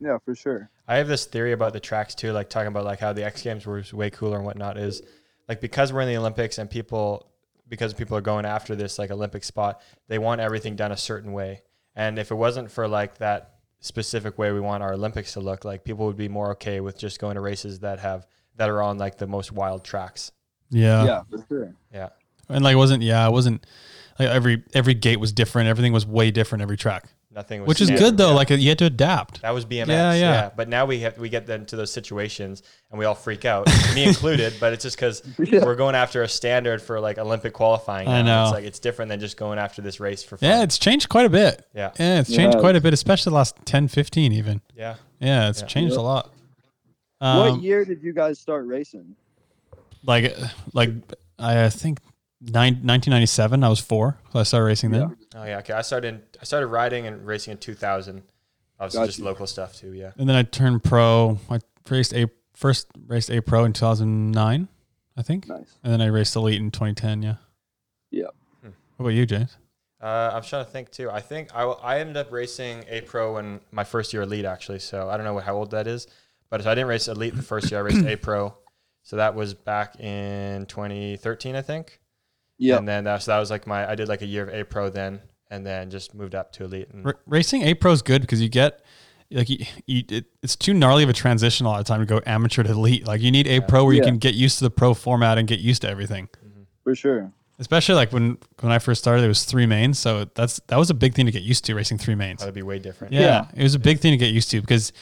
S5: yeah.
S2: yeah, for sure.
S5: I have this theory about the tracks too, like talking about like how the X Games were way cooler and whatnot is like because we're in the Olympics and people because people are going after this like Olympic spot, they want everything done a certain way. And if it wasn't for like that specific way we want our Olympics to look, like people would be more okay with just going to races that have that are on like the most wild tracks.
S4: yeah.
S2: yeah, for sure.
S5: Yeah.
S4: and like it wasn't yeah it wasn't like every every gate was different everything was way different every track
S5: Nothing was
S4: which is
S5: standard.
S4: good though
S5: Yeah.
S4: like you had to adapt
S5: That was BMX.
S4: Yeah,
S5: Yeah,
S4: yeah.
S5: But now we have, we get into those situations and we all freak out,
S4: *laughs*
S5: me included. But it's just because
S2: Yeah.
S5: we're going after a standard for like Olympic qualifying.
S4: I
S5: now. It's
S4: know.
S5: like it's different than just going after this race for fun.
S4: yeah it's changed quite a bit
S5: yeah,
S4: yeah it's changed
S2: Yeah.
S4: quite a bit especially the last 10 15 even
S5: yeah.
S4: yeah it's
S5: Yeah.
S4: changed a lot
S2: what
S4: um,
S2: year did you guys start racing?
S4: like like I think nine, 1997 I was four so I started racing then
S5: Oh yeah. Okay. I started in, I started riding and racing in 2000. Obviously,
S2: Got
S5: just
S2: you.
S5: local stuff too. Yeah.
S4: And then I turned pro. I raced a first raced A Pro in 2009, I think,
S2: Nice.
S4: and then I raced Elite in 2010. Yeah.
S2: Yep.
S5: Hmm.
S4: What about you, James?
S5: Uh, I'm trying to think too. I think I, I ended up racing a pro in my first year elite actually. So I don't know how old that is, but I didn't race elite the first year. I
S4: *clears throat*
S5: raced a pro, so that was back in 2013, I think.
S2: Yeah.
S5: And then that, so that was like my I did like a year of a pro then, and then just moved up to elite. And
S4: R- racing A Pro is good because you get like you, you, it, it's too gnarly of a transition a lot of time to go amateur to elite. Like you need A Pro where you
S2: Yeah.
S4: can get used to the pro format and get used to everything.
S2: For sure.
S4: Especially like when when I first started, it was three mains, so that's that was a big thing to get used to racing three mains.
S5: that'd be way different.
S4: Yeah, it was a big thing to get used to because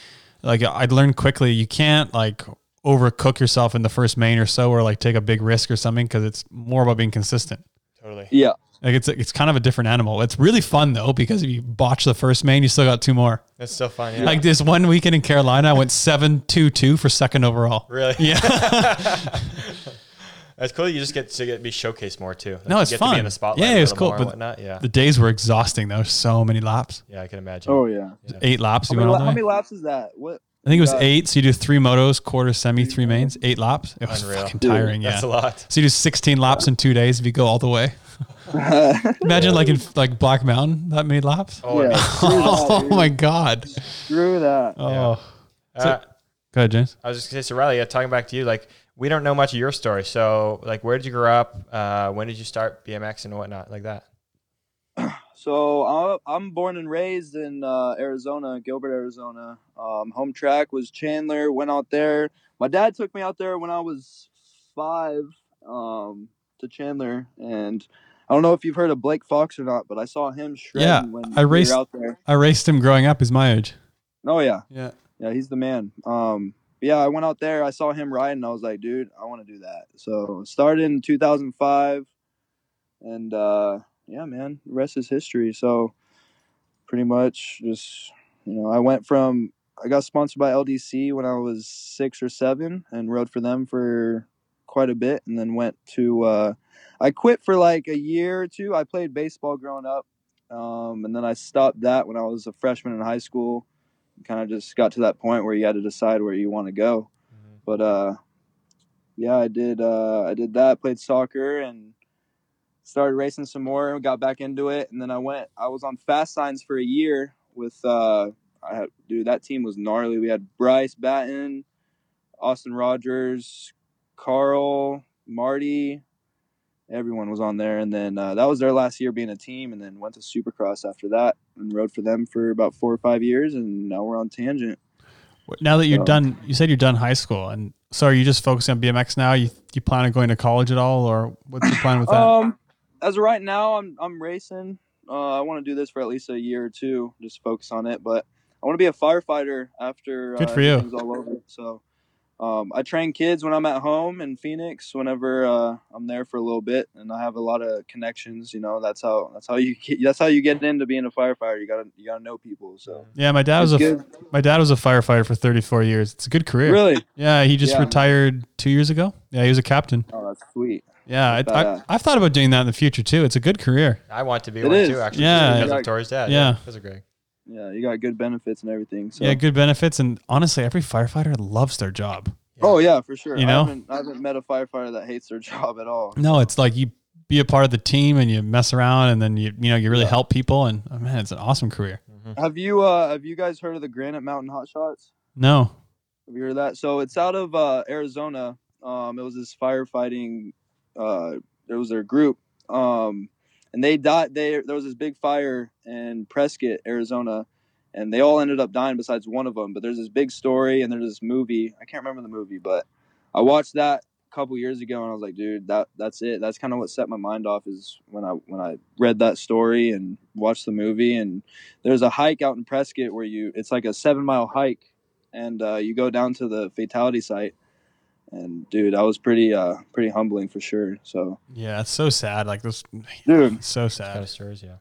S4: like I'd learned quickly you can't like overcook yourself in the first main or so or like take a big risk or something because it's more about being consistent.
S5: totally.
S2: Yeah.
S4: Like it's it's kind of a different animal. It's really fun though because if you botch the first main, you still got two more.
S5: That's so fun. Yeah.
S4: Like this one weekend in Carolina, I went seven two two for second overall.
S5: really.
S4: Yeah,
S5: *laughs* That's cool. You just get to get be showcased more too. Like,
S4: No,
S5: you
S4: it's
S5: get To
S4: fun.
S5: be in the spotlight.
S4: Yeah,
S5: a
S4: it's cool,
S5: little More
S4: but
S5: and whatnot. Yeah.
S4: the days were exhausting. though. so many laps,
S5: yeah, I can imagine.
S2: Oh yeah.
S4: eight laps.
S2: How
S4: You
S2: many,
S4: went all
S2: la-
S4: the
S2: how
S4: way.
S2: many laps is that? *laughs* What?
S4: I think it was
S2: Uh,
S4: eight. So you do three motos, quarter, semi, three mains, eight laps. It was
S5: Unreal.
S4: fucking
S2: Dude,
S4: tiring. Yeah.
S5: That's a lot.
S4: So you do 16 laps in two days if you go all the way. Imagine like in like Black Mountain that many laps.
S5: Oh,
S2: Yeah.
S5: I mean,
S4: *laughs*
S2: Screw that,
S4: Oh,
S2: dude.
S4: my god.
S2: Screw that.
S4: Oh,
S5: Yeah. uh,
S4: go ahead, James.
S5: I was just gonna say, so Riley, yeah, talking back to you, like we don't know much of your story. So, like, where did you grow up? Uh, when did you start BMX and whatnot, like that?
S2: So I- I'm born and raised in uh, Arizona, Gilbert, Arizona. Um, home track was Chandler. Went out there. My dad took me out there when I was five um, to Chandler, and I don't know if you've heard of Blake Fox or not, but I saw him shredding
S4: Yeah,
S2: when
S4: I raced-
S2: we were out there.
S4: I raced him growing up. He's my age.
S2: Oh yeah,
S4: Yeah.
S2: Yeah, he's the man. Um, but yeah, I went out there, I saw him riding, and I was like, dude, I want to do that. So started in 2005, and uh, yeah, man, the rest is history. So pretty much just you know, I went from I got sponsored by LDC when I was six or seven, and rode for them for quite a bit, and then went to uh, I quit for like a year or two. I played baseball growing up, um, and then I stopped that when I was a freshman in high school kind of just got to that point where you had to decide where you want to go. But uh, yeah, I did. Uh, I did that. Played soccer and started racing some more. Got back into it, and then I went. I was on fast signs for a year with. Uh, I had, dude, that team was gnarly. We had Bryce Batten, Austin Rogers, Carl, Marty. Everyone was on there, and then uh, that was their last year being a team, and then went to Supercross after that, and rode for them for about four or five years, and now we're on Tangent.
S4: Now that you're
S2: So-
S4: done, you said you're done high school, and so are you just focusing on BMX now? You you plan on going to college at all, or what's your plan with that?
S2: Um, as of right now, I'm I'm racing. Uh, I want to do this for at least a year or two, just focus on it. But I want to be a firefighter after.
S4: Good
S2: uh,
S4: for you.
S2: everything's All over. So, um, I train kids when I'm at home in Phoenix. Whenever uh, I'm there for a little bit, and I have a lot of connections. You know, that's how that's how you *laughs* get, that's how you get into being a firefighter. You gotta you gotta know people. So
S4: yeah, my dad was a
S2: It's good.
S4: my dad was a firefighter for 34 years. It's a good career.
S2: really,
S4: Yeah, he just
S2: Yeah.
S4: retired two years ago. Yeah, he was a captain.
S2: oh, that's sweet.
S4: Yeah, I,
S2: That's
S4: I,
S2: badass.
S4: I've thought about doing that in the future too. It's a good career.
S5: I want to be
S2: It
S5: one
S2: is.
S5: too, actually.
S4: Yeah.
S5: just because
S2: Yeah.
S5: of Tori's dad.
S4: Yeah.
S5: those are great.
S2: Yeah, you got good benefits and everything. So.
S4: Yeah, good benefits, and honestly, every firefighter loves their job.
S2: Oh yeah, for sure.
S4: You know?
S2: I haven't, I haven't met a firefighter that hates their *laughs* job at all.
S4: No, it's like you be a part of the team and you mess around, and then you you know you really help people, and oh, man, it's an awesome career.
S2: Have you uh have you guys heard of the Granite Mountain Hot Shots?
S4: No,
S2: Have you heard of that? So it's out of uh Arizona. Um it was this firefighting uh there was their group. Um and they died they there was this big fire in Prescott, Arizona, and they all ended up dying besides one of them. But there's this big story and there's this movie. I can't remember the movie, but I watched that a couple years ago and I was like, dude, that that's it. That's kind of what set my mind off is when I when I read that story and watched the movie and there's a hike out in Prescott where you it's like a seven mile hike, and uh, you go down to the fatality site. And dude, that was pretty uh, pretty humbling for sure. So
S4: yeah, it's so sad. Like this,
S2: dude,
S4: so
S5: Kind
S4: sad.
S5: of stories, yeah.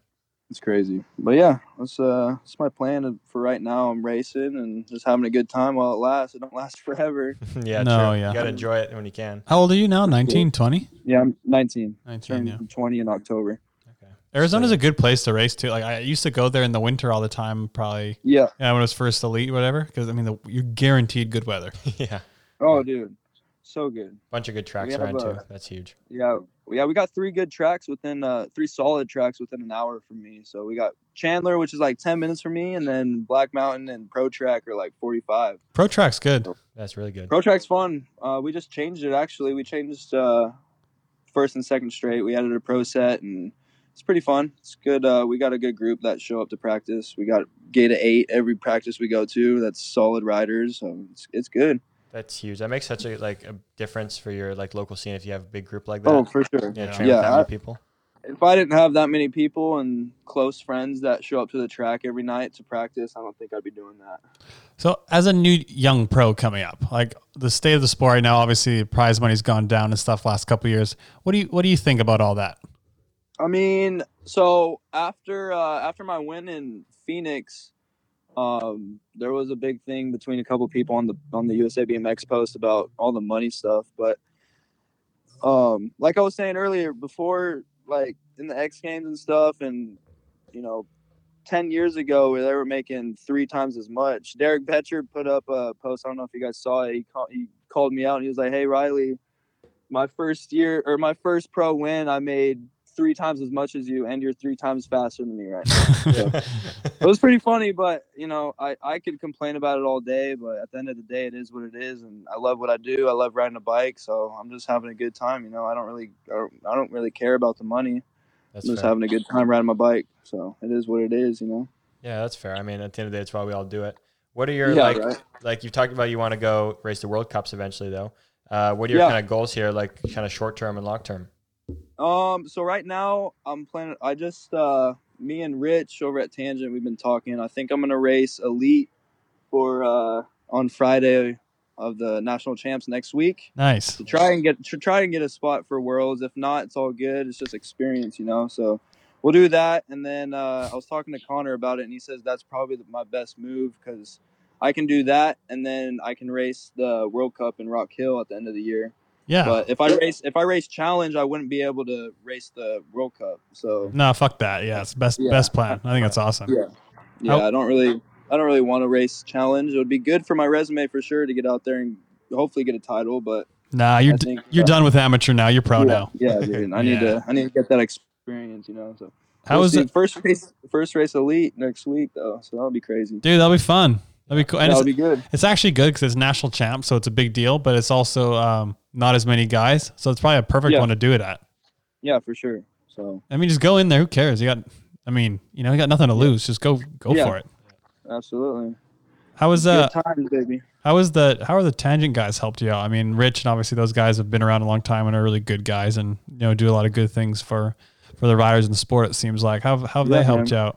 S2: it's crazy. But yeah, that's uh that's my plan for right now. I'm racing and just having a good time while it lasts. It don't last *laughs* forever.
S5: *laughs* yeah,
S4: No,
S5: true.
S4: yeah.
S5: You gotta enjoy it when you can. *laughs*
S4: How old are you now? 19, 20?
S2: Yeah, I'm 19,
S4: 19,
S2: turned
S4: yeah.
S2: 20 in October.
S5: Okay.
S4: Arizona's a good place to race too. Like I used to go there in the winter all the time, probably
S2: Yeah,
S4: yeah, when it was first elite, whatever. Because I mean, the, you're guaranteed good weather.
S5: yeah.
S2: Oh, dude, so good.
S5: Bunch of good tracks
S2: have
S5: around too.
S2: a-
S5: That's huge.
S2: Yeah, yeah, we got three good tracks within uh three solid tracks within an hour from me. So we got Chandler, which is like ten minutes from me, and then Black Mountain and Pro Track are like forty five.
S4: Pro Track's good.
S5: That's really good.
S2: Pro Track's fun. Uh, we just changed it actually. We changed uh first and second straight. We added a pro set and it's pretty fun. It's good. Uh, we got a good group that show up to practice. We got Gate of Eight every practice we go to. That's solid riders. So it's it's good.
S5: That's huge. That makes such a like a difference for your like local scene if you have a big group like that.
S2: Oh, for sure.
S5: yeah,
S4: Yeah.
S5: train with
S2: Yeah,
S5: that many
S2: *laughs*
S5: people.
S2: if I didn't have that many people and close friends that show up to the track every night to practice, I don't think I'd be doing that.
S4: So, as a new young pro coming up, like the state of the sport right now, obviously prize money's gone down and stuff last couple of years. What do you What do you think about all that?
S2: I mean, so after uh, after my win in Phoenix, um, there was a big thing between a couple people on the on the USA BMX post about all the money stuff. But um, like I was saying earlier, before like in the X Games and stuff, and you know, ten years ago where they were making three times as much. Derek Betcher put up a post. I don't know if you guys saw it. He, call, he called me out and he was like, "Hey Riley, my first year or my first pro win, I made." Three times as much as you, and you're three times faster than me right
S5: *laughs*
S2: now it was pretty funny, but you know, I, I could complain about it all day, but at the end of the day, it is what it is, and I love what I do. I love riding a bike, so I'm just having a good time. You know, I don't really I don't, I don't really care about the money.
S5: That's
S2: I'm just
S5: fair.
S2: having a good time riding my bike, so it is what it is. You know.
S5: Yeah, that's fair. I mean, at the end of the day, it's why we all do it. What are your
S2: Yeah,
S5: like?
S2: right.
S5: Like you talked about, you want to go race the World Cups eventually, though. Uh, what are your
S2: Yeah.
S5: kind of goals here, like kind of short term and long term?
S2: Um, so right now I'm planning I just uh me and Rich over at Tangent we've been talking. I think I'm gonna race Elite for uh on Friday of the national champs next week.
S4: Nice.
S2: to try and get to try and get a spot for worlds. If not, it's all good. It's just experience, you know. So we'll do that. And then uh, I was talking to Connor about it, and he says that's probably the, my best move because I can do that, and then I can race the World Cup in Rock Hill at the end of the year.
S4: Yeah.
S2: But if I race if I race challenge, I wouldn't be able to race the World Cup. So
S4: no, fuck that. Yeah, it's best
S2: Yeah.
S4: best plan. I think that's awesome.
S2: yeah, yeah,
S4: How-
S2: I don't really I don't really want to race challenge. It would be good for my resume for sure to get out there and hopefully get a title, but
S4: Nah, you're
S2: I
S4: d-
S2: think
S4: you're
S2: uh,
S4: done with amateur now. You're pro
S2: yeah,
S4: now.
S2: Yeah, dude. I
S4: *laughs*
S2: need to I need to get that experience, you know. So
S4: How
S2: We'll
S4: is
S2: see.
S4: it,
S2: first race first race elite next week though, so that'll be crazy.
S4: dude? That'll be fun. That'll be cool. And
S2: That'll
S4: it's,
S2: be good.
S4: it's actually good because it's national champ, so it's a big deal. But it's also um, not as many guys, so it's probably a perfect
S2: Yeah.
S4: one to do it at.
S2: Yeah, for sure. So
S4: I mean, just go in there. Who cares? You got. I mean, you know, you got nothing to lose. Just go go
S2: Yeah.
S4: for it.
S2: absolutely.
S4: How is uh
S2: good times, baby.
S4: How is the how are the tangent guys helped you out? I mean, Rich and obviously those guys have been around a long time and are really good guys and you know do a lot of good things for for the riders in the sport. It seems like how, how have
S2: Yeah,
S4: they helped
S2: man.
S4: you out?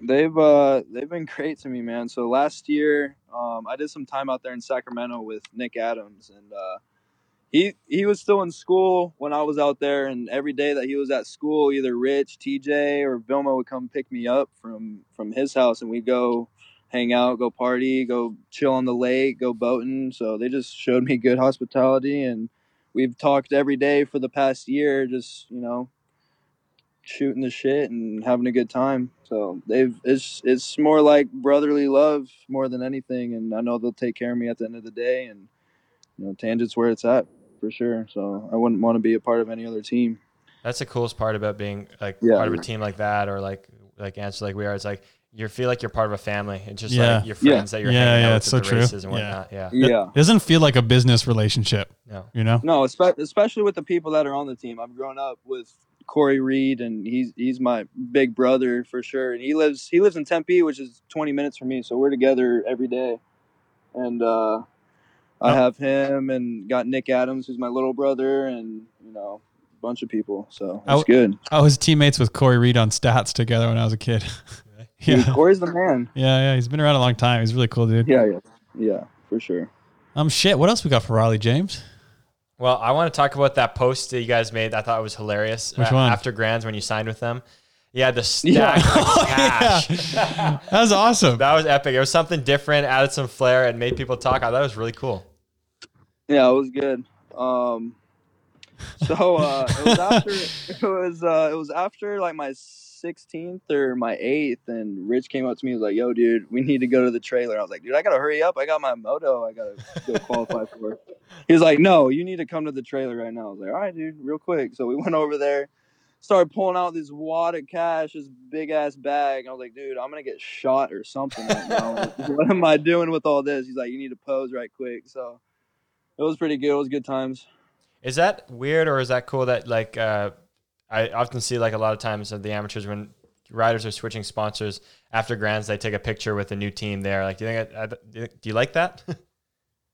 S2: They've uh they've been great to me, man. So last year, um I did some time out there in Sacramento with Nick Adams and uh he he was still in school when I was out there, and every day that he was at school, either Rich, TJ, or Vilma would come pick me up from from his house, and we'd go hang out, go party, go chill on the lake, go boating. So they just showed me good hospitality, and we've talked every day for the past year, just you know, shooting the shit and having a good time. So they've it's it's more like brotherly love more than anything, and I know they'll take care of me at the end of the day, and you know, tangents where it's at for sure. So I wouldn't want to be a part of any other team.
S5: That's the coolest part about being like
S2: Yeah.
S5: part of a team like that, or like like answer like we are. It's like you feel like you're part of a family. It's just
S4: Yeah.
S5: like your
S2: Yeah.
S5: friends that you're
S4: Yeah,
S5: hanging out
S4: yeah,
S5: with
S4: it's
S5: at
S4: so
S5: the
S4: true.
S5: races and
S4: Yeah.
S5: whatnot. Yeah,
S2: Yeah.
S4: It doesn't feel like a business relationship,
S5: no,
S4: you know?
S2: No, espe- especially with the people that are on the team. I've grown up with Corey Reed, and he's he's my big brother for sure. And he lives he lives in Tempe, which is 20 minutes from me. So we're together every day. And uh, I
S4: Oh.
S2: have him, and got Nick Adams, who's my little brother, and you know, a bunch of people. So
S4: Oh.
S2: it's good.
S4: I was teammates with Corey Reed on stats together when I was a kid. *laughs* yeah.
S2: Dude, Corey's the man.
S4: yeah, yeah. He's been around a long time. He's really cool, dude.
S2: Yeah, yeah, yeah, for sure.
S4: Um shit. What else we got for Riley James? *laughs*
S5: Well, I want to talk about that post that you guys made. I thought it was hilarious. uh,
S4: Which one?
S5: After Grands, when you signed with them, yeah, the
S2: *laughs*
S5: stack
S2: Yeah.
S4: Oh,
S5: of cash. *laughs*
S4: That was awesome.
S5: That was epic. It was something different, added some flair, and made people talk. I thought it was really cool.
S2: Yeah, it was good. Um, so uh, it was after it was uh, it was after like my 16th or my 8th, and Rich came up to me and was like, "Yo, dude, we need to go to the trailer." I was like, "Dude, I gotta hurry up. I got my moto. I gotta go qualify for." He was like, "No, you need to come to the trailer right now." I was like, "All right, dude, real quick." So we *laughs* went over there, started pulling out this wad of cash, this big ass bag. I was like, "Dude, I'm gonna get shot or something right now. Like, *laughs* what am I doing with all this?" He's like, "You need to pose right quick." So it was pretty good. It was good times.
S5: Is that weird or is that cool that like uh, I often see like a lot of times of the amateurs when riders are switching sponsors after grands they take a picture with the new team there like do you think I, I- do you- do you
S2: *laughs*
S5: like that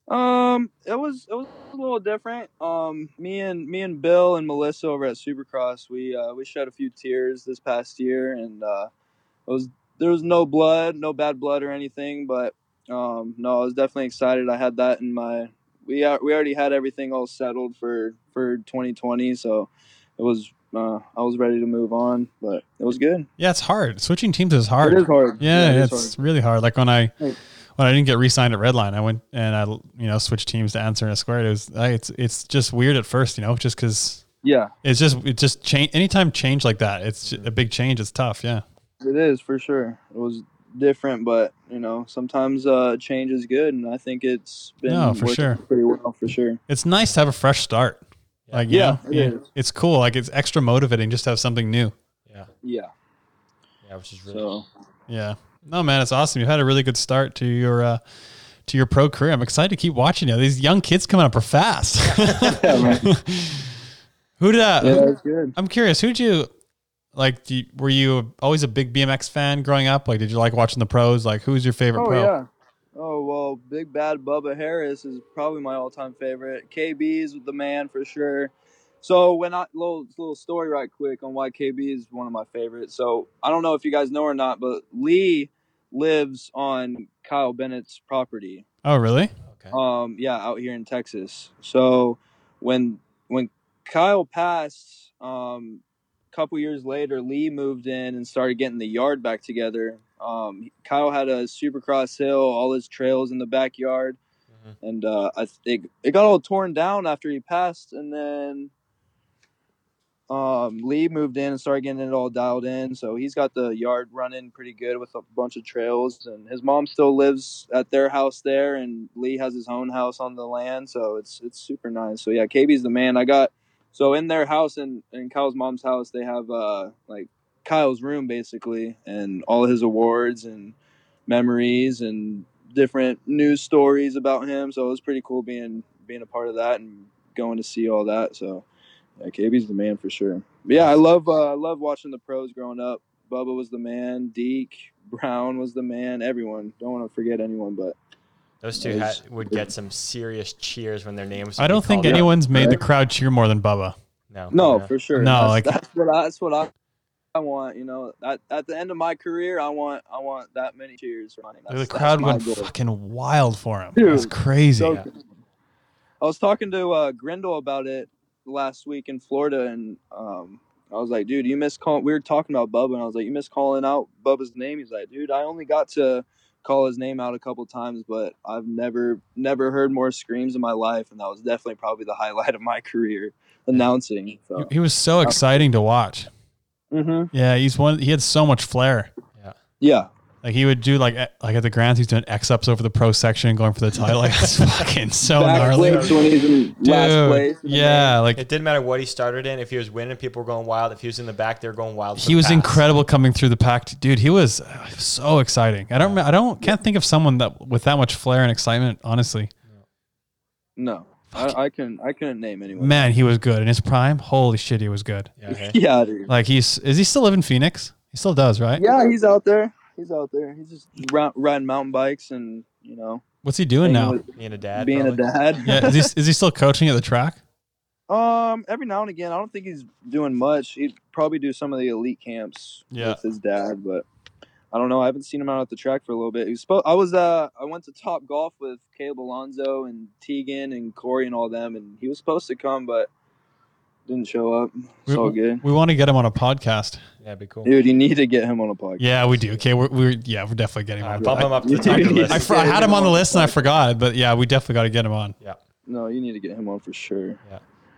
S2: Um, it was it was a little different. Um, me and me and Bill and Melissa over at Supercross, we uh, we shed a few tears this past year, and uh, it was there was no blood, no bad blood or anything, but um, no, I was definitely excited. I had that in my we al- we already had everything all settled for for 2020, so it was uh, I was ready to move on, but it was good.
S4: Yeah, it's hard. Switching teams is hard.
S2: It is hard.
S4: Yeah,
S2: it is
S4: it's really hard. Like when I
S2: Right.
S4: when I didn't get re-signed at Redline, I went and I you know switched teams to Answer and Squared. It was I- it's it's just weird at first, you know, just because
S2: yeah,
S4: it's just it just change anytime change like that. It's ju- a big change. It's tough. Yeah,
S2: It is for sure. It was different, but you know, sometimes uh, change is good, and I think it's been
S4: No, for
S2: working
S4: sure.
S2: pretty well for sure.
S4: it's nice to have a fresh start. Like
S2: Yeah,
S4: yeah,
S2: it is.
S4: it's cool. Like it's extra motivating just to have something new.
S5: yeah
S2: Yeah.
S5: yeah which is really
S2: So
S4: Yeah. No man, it's awesome. You've had a really good start to your uh, to your pro career. I'm excited to keep watching you. These young kids coming up are fast.
S2: *laughs* yeah, man.
S4: *laughs* who did uh,
S2: yeah,
S4: who-
S2: that's good.
S4: I'm curious. Who did you like? Do you, were you always a big BMX fan growing up? Like, did you like watching the pros? Like, who's your favorite
S2: Oh
S4: pro?
S2: yeah. Oh well, Big Bad Bubba Harris is probably my all-time favorite. KB is the man for sure. So when I little little story right quick on why KB is one of my favorites. So I don't know if you guys know or not, but Lee lives on Kyle Bennett's property.
S4: Oh, really?
S5: okay
S2: um yeah out here in texas so when when kyle passed um a couple years later lee moved in and started getting the yard back together um kyle had a supercross hill all his trails in the backyard
S5: Mhm.
S2: and uh i think it got all torn down after he passed and then um, Lee moved in and started getting it all dialed in. So he's got the yard running pretty good with a bunch of trails. And his mom still lives at their house there, and Lee has his own house on the land. So it's it's super nice. So yeah, KB's the man. I got so in their house and in Kyle's mom's house, they have uh like Kyle's room basically, and all his awards and memories and different news stories about him. So it was pretty cool being being a part of that and going to see all that. So. Yeah, KB's the man for sure. But yeah, I love uh, I love watching the pros growing up. Bubba was the man. Deke Brown was the man. Everyone. Don't want to forget anyone, but
S5: those two
S2: Those-
S5: had, would get some serious cheers when their names
S4: I
S5: would be
S4: don't think
S5: called out.
S4: anyone's made the
S2: Right.
S4: crowd cheer more than Bubba.
S5: no
S2: no,
S5: yeah.
S2: for sure.
S4: No,
S2: that's,
S4: like-
S2: that's what I, that's what I, I want. You know, at, at the end of my career, I want I want that many cheers. For my name.
S4: the
S2: That's-
S4: crowd
S2: that's my
S4: went
S2: goal.
S4: fucking wild for him.
S2: Dude,
S4: It's crazy.
S2: So good. I was talking to uh, Grindel about it last week in Florida, and um, I was like, "Dude, you missed calling." We were talking about Bubba, and I was like, "You missed calling out Bubba's name." He's like, "Dude, I only got to call his name out a couple times, but I've never never heard more screams in my life, and that was definitely probably the *laughs* highlight of my career announcing."
S4: He-
S2: So,
S4: he was so exciting to watch.
S2: hmm
S4: Yeah, he's one. He had so much flair.
S2: yeah,
S4: Like he would do like eh, like at the grounds, he's doing X ups over the pro section, going for the title. *laughs* Like that's fucking so
S2: back
S4: gnarly.
S2: flips when he's in last
S4: Dude,
S2: place.
S4: yeah, like
S5: it didn't matter what he started in if he was winning people were going wild if he was in the back they were going wild for
S4: he
S5: the
S4: was
S5: pass.
S4: incredible coming through the pack, dude. He was uh, so exciting. I don't, I don't, can't think of someone that with that much flair and excitement. Honestly,
S2: No, I, I can I couldn't name *laughs* anyone.
S4: man, he was good in his prime. Holy shit, he was good.
S5: yeah, okay.
S2: Yeah, dude.
S4: Like he's, is he still live in Phoenix? He still does, right?
S2: Yeah, he's out there. He's out there. He's just ri- riding mountain bikes and you know
S4: What's he doing
S2: hanging
S4: now?
S2: with-
S5: being a dad
S2: being
S5: probably.
S2: a dad.
S4: yeah, is he, is he still coaching at the track?
S2: *laughs* um, every now and again, I don't think he's doing much. He'd probably do some of the elite camps
S4: Yeah.
S2: with his dad, but I don't know. I haven't seen him out at the track for a little bit. He was spo- I was uh I went to Top Golf with Caleb Alonso and Tegan and Corey and all them, and he was supposed to come but didn't show up. It's all good.
S4: We want to get him on a podcast.
S5: yeah that'd be cool
S2: Dude, you need to get him on a podcast.
S4: Yeah, we do. Okay, we're, we're yeah, we're definitely getting him.
S5: All
S4: on.
S5: right, bump him up to the top
S2: *laughs*
S5: of the
S2: Yeah.
S5: list
S4: I, fr- I had him on the list and I forgot, but yeah, we definitely got to get him on.
S2: No, you need to get him on for sure.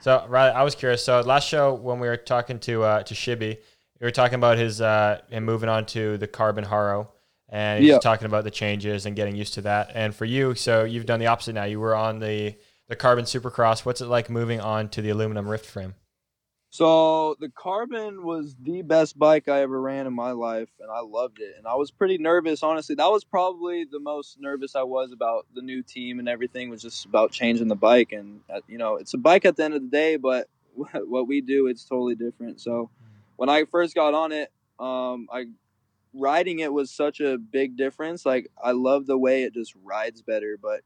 S5: So Riley, I was curious. So last show when we were talking to uh, to Shibby, You were talking about his uh, him moving on to the carbon Haro, and he's
S2: Yeah.
S5: talking about the changes and getting used to that. And for you, so you've done the opposite now. You were on the the carbon supercross. What's it like moving on to the aluminum rift frame?
S2: So the Carbon was the best bike I ever ran in my life, and I loved it. And I was pretty nervous, honestly. That was probably the most nervous I was about the new team and everything was just about changing the bike. And uh, you know, it's a bike at the end of the day, but *laughs* what we do, it's totally different. So when I first got on it, um, I riding it was such a big difference. Like I love the way it just rides better, but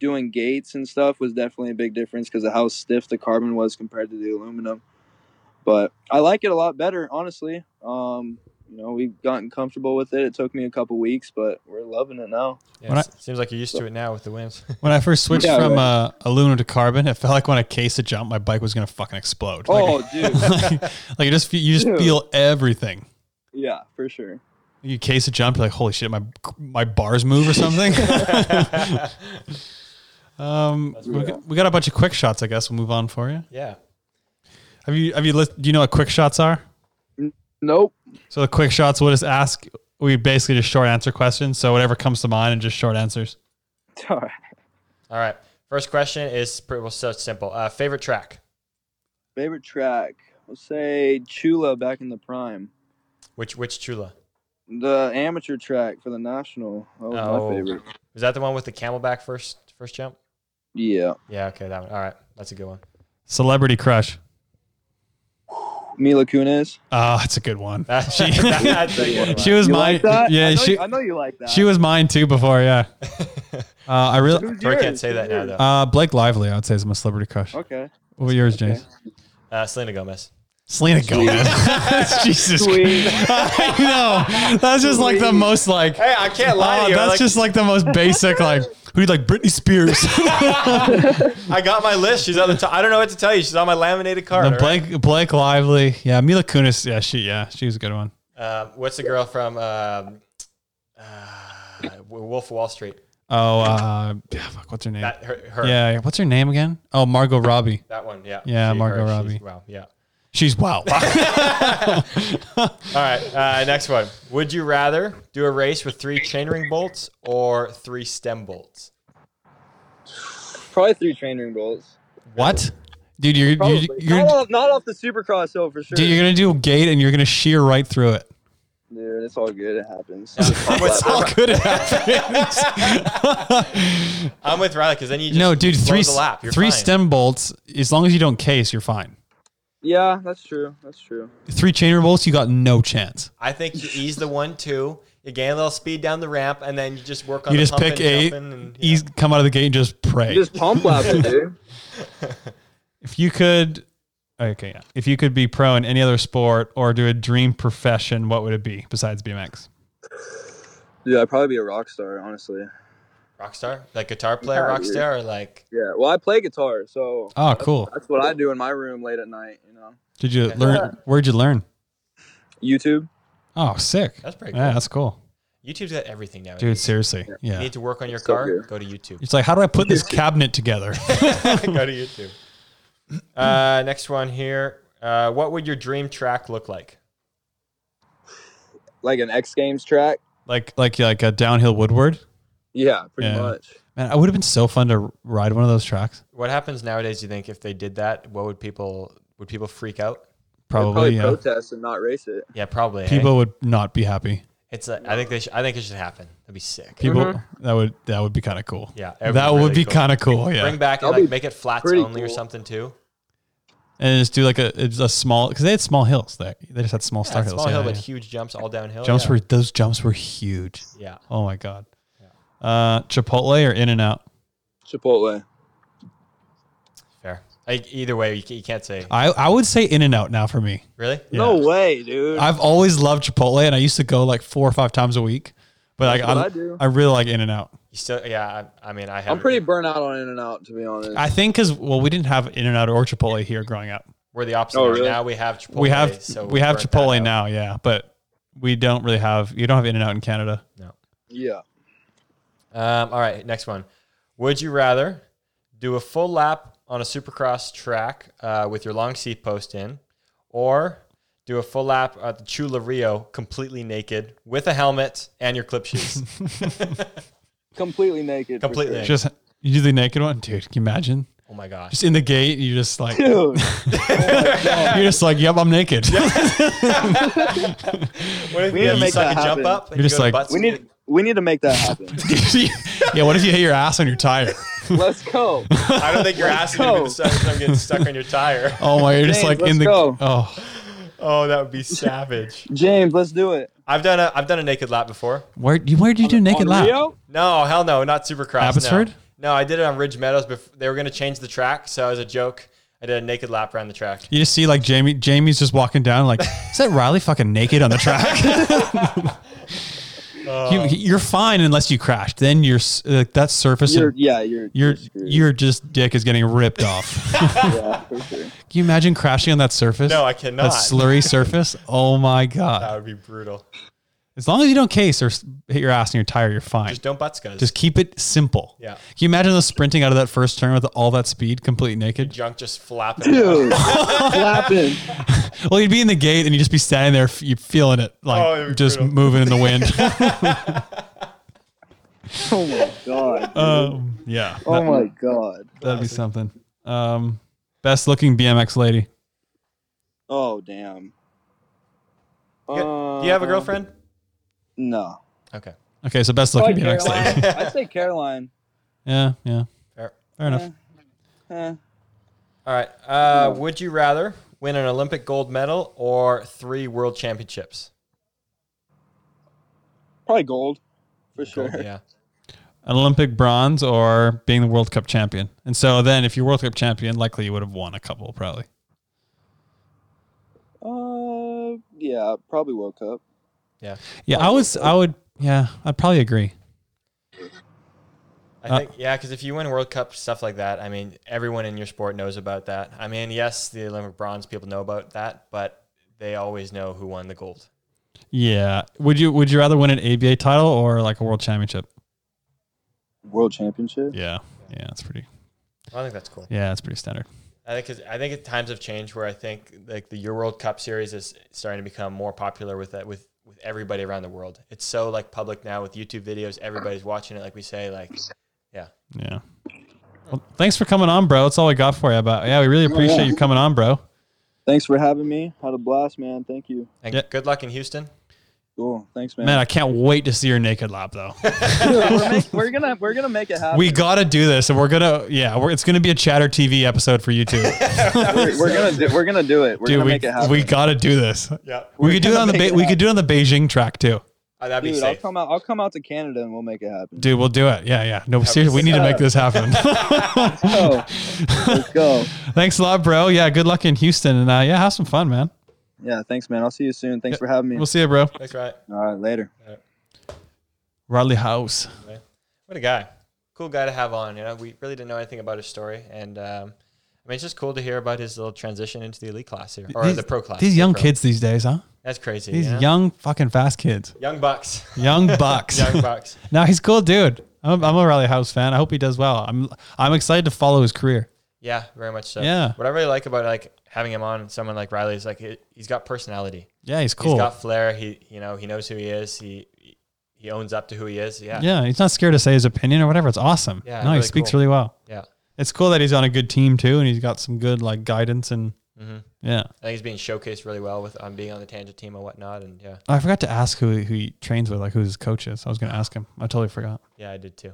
S2: doing gates and stuff was definitely a big difference because of how stiff the carbon was compared to the aluminum but I like it a lot better, honestly. Um, you know, we've gotten comfortable with it. It took me a couple weeks, but we're loving it now.
S5: Yeah,
S4: When I-
S5: it seems like you're used to it now with
S4: *laughs*
S5: the wins.
S4: When I first switched
S2: Yeah,
S4: from
S2: right.
S4: uh, aluminum to carbon, it felt like when I cased a jump, my bike was gonna fucking explode. Like, *laughs*
S2: Oh, dude,
S4: like, like it just fe- you just
S2: Dude.
S4: feel everything.
S2: yeah, for sure.
S4: You case a jump, you're like holy shit, my my bars move
S2: *laughs*
S4: or something. um, we, got, we got a bunch of quick shots. I guess we'll move on for you.
S5: yeah.
S4: Have you have you list, do you know what quick shots are?
S2: Nope.
S4: So the quick shots will just ask. We basically just short answer questions. So whatever comes to mind and just short answers.
S2: *laughs* All right.
S5: All right. First question is pretty well, so simple. Uh, favorite track?
S2: Favorite track? I'll say Chula back in the prime.
S5: Which which Chula?
S2: The amateur track for the national. That was
S5: Oh.
S2: my favorite.
S5: Was that the one with the camelback first first jump?
S2: Yeah.
S5: Yeah. Okay, that one. All right, that's a good one. *laughs*
S4: Celebrity crush.
S2: Mila Kunis.
S4: Ah, that's a good one.
S5: That-
S4: *laughs* She-
S5: that's a good one.
S4: She was
S2: You
S4: mine.
S2: like that?
S4: Yeah,
S2: I know,
S4: she
S2: I know you like that.
S4: she was mine too before. Yeah. Uh, I really.
S5: *laughs*
S2: Who's
S5: Tori can't
S2: yours?
S5: say that
S2: Who's
S5: now
S2: yours?
S5: though.
S4: Uh, Blake Lively, I would say, is my celebrity crush.
S2: Okay.
S4: What were yours, James?
S5: Uh, Selena Gomez.
S4: Selena Gomez. *laughs* Jesus.
S2: Sweet.
S4: I know. That's just like the most like.
S5: Hey, I can't lie
S4: Oh,
S5: to you.
S4: that's
S5: like,
S4: just like the most basic like. Who do you like? Britney Spears. *laughs*
S5: I got my list. She's on the top. I don't know what to tell you. She's on my laminated card.
S4: No,
S5: all right?
S4: Blake Blake Lively. Yeah, Mila Kunis. Yeah, she yeah she was a good one.
S5: Um, what's the girl from um, uh, Wolf of Wall Street?
S4: Oh, uh, yeah, fuck, what's her name?
S5: That her. her
S4: yeah, yeah, what's her name again? Oh, Margot Robbie.
S5: That one. Yeah.
S4: Yeah,
S5: She-
S4: Margot
S5: her, she's-
S4: Robbie.
S5: Wow. Yeah.
S4: She's wow.
S5: All right. Uh, next one. Would you rather do a race with three chainring bolts or three stem bolts?
S2: Probably three train ring rolls.
S4: what? Dude, you're you're,
S2: Probably.
S4: you're, you're,
S2: not, off, not off the supercross though, for sure.
S4: dude, you're gonna do a gate and you're gonna shear right through it.
S2: Dude, it's all good. It happens.
S5: What's
S4: All
S5: up?
S4: good
S5: *laughs*
S4: it happens.
S5: I'm with Riley because then you just
S4: no, dude,
S5: blow
S4: three
S5: the lap. You're
S4: three
S5: fine.
S4: stem bolts. As long as you don't case, you're fine.
S2: *laughs* yeah, that's true. That's true.
S4: Three chainer bolts, you got no chance.
S5: I think you ease the one two. You gain a little speed down the ramp, and then you just work on.
S4: You
S5: the
S4: just
S5: pump
S4: pick
S5: and
S4: eight,
S5: jumping and, yeah.
S4: ease, come out of the gate and just pray.
S2: Just pump lap it,
S4: *laughs*
S2: dude.
S4: If you could, okay, yeah. If you could be pro in any other sport or do a dream profession, what would it be besides BMX?
S2: Dude, I'd probably be a rock star, honestly.
S5: rock star, like guitar player,
S2: Yeah,
S5: rock
S2: dude.
S5: star, or like
S2: Yeah. Well, I play guitar, so
S4: Oh, cool.
S2: that's what I do in my room late at night. You know,
S4: Did you
S5: Yeah.
S4: learn? Where'd you learn?
S2: YouTube.
S4: Oh, sick.
S5: that's pretty cool.
S4: Yeah, that's cool,
S5: YouTube's got everything now,
S4: dude. Seriously,
S5: You
S4: yeah.
S5: need to work on your
S2: so
S5: car.
S2: good.
S5: go to
S4: *laughs*
S5: YouTube. *laughs*
S4: It's like, how do I put this cabinet together?
S5: go to YouTube. Uh, next one here. Uh, what would your dream track look like?
S2: Like an X Games track.
S4: like, like, like a downhill Woodward.
S2: Yeah, pretty
S4: Yeah.
S2: much.
S4: Man, it would have been so fun to ride one of those tracks.
S5: What happens nowadays? You think if they did that, what would people would people freak out?
S2: They'd
S4: Probably, yeah.
S2: protest and not race it.
S5: Yeah, probably. eh?
S4: People would not be happy.
S5: it's. A, I think they. Sh- I think it should happen. That'd be sick.
S4: People that would that would be kind of cool.
S5: Mm-hmm. Yeah,
S4: that,
S5: really
S4: would be
S5: cool.
S4: kind of cool. Yeah,
S5: Bring back and
S2: That'd
S5: like
S2: be
S5: make it flats
S2: pretty
S5: only or
S2: cool.
S5: something too.
S4: and just do like a it's a small because they had small hills there. They just had small
S5: Yeah,
S4: star hills.
S5: small
S4: yeah,
S5: hill,
S4: yeah.
S5: but huge jumps all downhill.
S4: Jumps
S5: yeah.
S4: were those jumps were huge.
S5: Yeah.
S4: Oh my god. Uh, Chipotle or In and Out?
S2: Chipotle.
S5: Fair. I, either way, you, ca- you can't say.
S4: I, I would say In and Out now for me.
S5: Really?
S2: No
S4: Yeah.
S2: way, dude.
S4: I've always loved Chipotle, and I used to go like four or five times a week. But like
S2: That's what
S4: I,
S2: I do.
S4: I really like In and Out.
S5: You still? Yeah. I, I mean, I have.
S2: I'm pretty burnt out on In and Out, to be honest.
S4: I think because well, we didn't have In and Out or Chipotle here growing up.
S5: We're the opposite.
S2: Oh,
S5: way.
S2: really?
S5: Now we have Chipotle.
S4: we have
S5: so
S4: we have
S5: burnt that
S4: Chipotle
S5: out.
S4: now, yeah, but we don't really have you don't have In and Out in Canada.
S2: yeah.
S5: Um, all right, next one. Would you rather do a full lap on a supercross track uh, with your long seat post in, or do a full lap at the Chula Rio completely naked with a helmet and your clip
S4: *laughs*
S5: shoes.
S2: Completely naked. for
S5: Completely
S2: sure.
S4: Just you do the naked one, dude. Can you imagine?
S5: oh my gosh.
S4: Just in the gate, you just like *laughs* you're
S2: Dude,
S4: just like, yep, I'm naked.
S5: What if
S2: We need
S5: you
S2: to make
S5: suck
S2: that
S5: a jump
S2: happen.
S5: up and
S4: You're
S5: you
S4: just
S5: go to
S4: like- *laughs*
S5: butts
S2: we need we need to make that happen.
S4: *laughs* yeah, what if you hit your ass on your tire?
S2: Let's go.
S5: I don't think you're
S2: Let's
S5: asking me
S2: go.
S5: to suck I'm getting stuck on your tire.
S4: Oh my, you're just
S2: James,
S4: like
S2: let's
S4: in the
S2: go.
S4: oh.
S5: Oh, that would be savage.
S2: James, let's do it.
S5: I've done a I've done a naked lap before.
S4: Where do you, where do you do naked
S2: On
S4: lap?
S2: Rio?
S5: No, hell no, not Supercross. no.
S4: Abbotsford?
S5: No, I did it on Ridge Meadows. Before they were going to change the track, so as a joke, I did a naked lap around the track.
S4: You just see like Jamie Jamie's just walking down
S2: *laughs*
S4: like is that Riley fucking naked on the track?
S2: Uh,
S4: you, you're fine unless you crash. Then you're s- like that surface.
S2: You're
S4: and
S2: yeah, you're
S4: Your
S2: screwed.
S4: your just dick is getting
S2: *laughs*
S4: ripped off. *laughs* Can
S2: yeah, for sure.
S4: you imagine crashing on that surface?
S5: No, I
S4: that
S5: cannot. *laughs*
S4: slurry surface. Oh my god!
S5: that would be brutal.
S4: As long as you don't case or s- hit your ass and your tire, you're fine.
S5: Just
S4: Just,
S5: don't butt scuzz.
S4: keep it simple.
S5: Yeah.
S4: Can you imagine the sprinting out of that first turn with all that speed, completely naked?
S5: junk just flapping.
S2: Dude, flapping.
S4: Well, you'd be in the gate and you'd just be standing there, f- you feeling it, like
S5: Oh, it'd be
S4: just
S5: brutal.
S4: moving in the wind.
S5: *laughs*
S2: Oh my god.
S4: um, yeah.
S2: oh my god.
S4: that, would be something. Um, best looking BMX lady.
S2: Oh damn.
S5: You got- Do you have a
S2: Um,
S5: girlfriend?
S2: No.
S5: Okay.
S4: Okay, so best looking
S2: Probably
S4: BMX lady. *laughs*
S2: Caroline. I'd say Caroline.
S4: Yeah, yeah.
S5: Fair.
S4: Fair enough.
S2: Eh.
S5: All right. Uh, would you rather win an Olympic gold medal or three world championships?
S2: Probably gold, for sure.
S5: Yeah.
S4: an Olympic bronze or being the World Cup champion. And so then, if you're World Cup champion, likely you would have won a couple, probably.
S2: Uh, yeah, probably World Cup.
S5: Yeah.
S4: Yeah, I was, I would, yeah, I'd probably agree.
S5: I
S4: Uh,
S5: think yeah, because if you win World Cup stuff like that, I mean, everyone in your sport knows about that. I mean, yes, the Olympic bronze people know about that, but they always know who won the gold.
S4: Yeah, would you would you rather win an ABA title or like a world championship?
S2: World Championship.
S4: Yeah, yeah, that's pretty.
S5: I think that's cool.
S4: Yeah, that's pretty standard.
S5: I think 'cause- I think it- times have changed where I think like the Euro World Cup series is starting to become more popular with that with with everybody around the world. It's so like public now with YouTube videos, everybody's watching it. Like we say, like
S4: Yeah. Well, thanks for coming on, bro. That's all we got for you. But yeah, we
S2: Oh,
S4: really appreciate you coming on, bro.
S2: Thanks for having me. Had a blast, man. Thank you.
S5: and
S4: Yeah.
S5: good luck in Houston.
S2: Cool. Thanks, man.
S4: Man, I can't wait to see your naked lap though.
S2: *laughs* Dude,
S4: *laughs*
S2: we're, make, we're gonna we're gonna make it happen.
S4: we gotta do this, and we're gonna yeah, we're, it's gonna be a chatter TV episode for you too,
S2: *laughs* we're, we're gonna do, we're gonna do it. We're
S4: dude.
S2: gonna
S4: We,
S2: make it happen.
S4: we gotta do this.
S5: Yeah,
S4: We could do it on the
S2: make
S4: Be-
S2: it
S4: we could do it on the Beijing track too.
S5: Uh, that'd be
S2: Dude, I'll
S5: safe.
S2: come out. I'll come out to Canada and we'll make it
S4: *laughs*
S2: happen.
S4: Dude, we'll do it. Yeah, yeah. No, seriously, we need to make this happen. *laughs*
S2: Oh, let's go.
S4: Thanks a lot, bro. Yeah, good luck in Houston, and uh, yeah, have some fun, man.
S2: Yeah, thanks, man. I'll see you soon. Thanks for having me.
S4: We'll see you, bro.
S5: Thanks, right?
S2: All right, later.
S4: Rodley House.
S5: What a guy. Cool guy to have on. You know, we really didn't know anything about his story. And um, I mean, it's just cool to hear about his little transition into the elite class here or
S4: These-
S5: the pro class.
S4: These
S5: the
S4: young
S5: pro.
S4: kids these days, huh?
S5: That's crazy.
S4: These
S5: you know?
S4: young fucking fast kids,
S5: young bucks. *laughs*
S4: young bucks. *laughs*
S5: young bucks.
S4: no, he's a cool, dude. I'm, I'm a Riley House fan. I hope he does well. I'm I'm excited to follow his career.
S5: Yeah, very much so.
S4: Yeah.
S5: What I really like about like having him on someone like Riley is like it, he's got personality.
S4: Yeah, he's cool.
S5: He's got flair. He you know he knows who he is. He he owns up to who he is. Yeah.
S4: yeah, he's not scared to say his opinion or whatever. It's awesome.
S5: Yeah,
S4: no, he
S5: really
S4: speaks
S5: cool.
S4: really well.
S5: Yeah.
S4: It's cool that he's on a good team too, and he's got some good like guidance and
S5: hmm
S4: yeah.
S5: I think he's being showcased really well with um, being on the tangent team and whatnot. And yeah,
S4: Oh, I forgot to ask who who he trains with, like who his coach is. I was gonna ask him. I totally forgot.
S5: Yeah, I did too.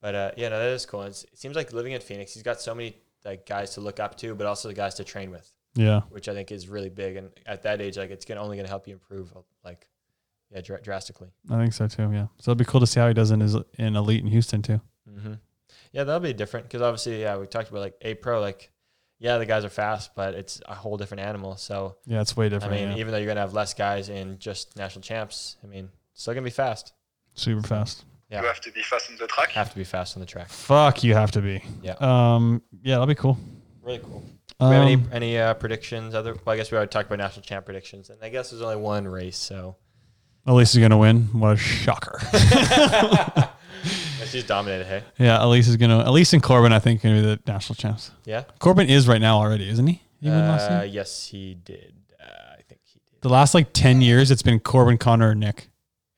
S5: But uh, yeah, no, that is cool. And it's, it seems like living in Phoenix, he's got so many like guys to look up to, but also the guys to train with,
S4: Yeah,
S5: which I think is really big. And at that age, like it's gonna, only going to help you improve, like yeah, dr- drastically.
S4: I think so too. Yeah, so it'd be cool to see how he does in his in elite in Houston too.
S5: Mm-hmm. Yeah, that'll be different because obviously, yeah, we talked about like a pro, like yeah, the guys are fast, but it's a whole different animal. So
S4: Yeah, it's way different.
S5: I mean,
S4: yeah.
S5: even though you're going to have less guys in just national champs, I mean, still going to be fast.
S4: super fast.
S5: Yeah.
S3: You have to be fast on the track.
S5: Have to be fast on the track.
S4: Fuck, you have to be.
S5: Yeah.
S4: Um. Yeah, that'll be cool.
S5: Really cool.
S4: Um,
S5: we have any any uh, predictions? Other, well, I guess we already talked about national champ predictions, and I guess there's only one
S4: *laughs*
S5: race, so *laughs*
S4: Elise is gonna win. What a shocker. *laughs*
S5: Yeah, she's dominated. Hey,
S4: yeah, Elise is gonna. Elise and Corbin, I think, gonna be the national champs.
S5: yeah.
S4: Corbin is right now already, isn't he? He won last
S5: Uh,
S4: year.
S5: yes, he did. Uh, I think he did.
S4: the last like 10 years, it's been Corbin Connor and Nick.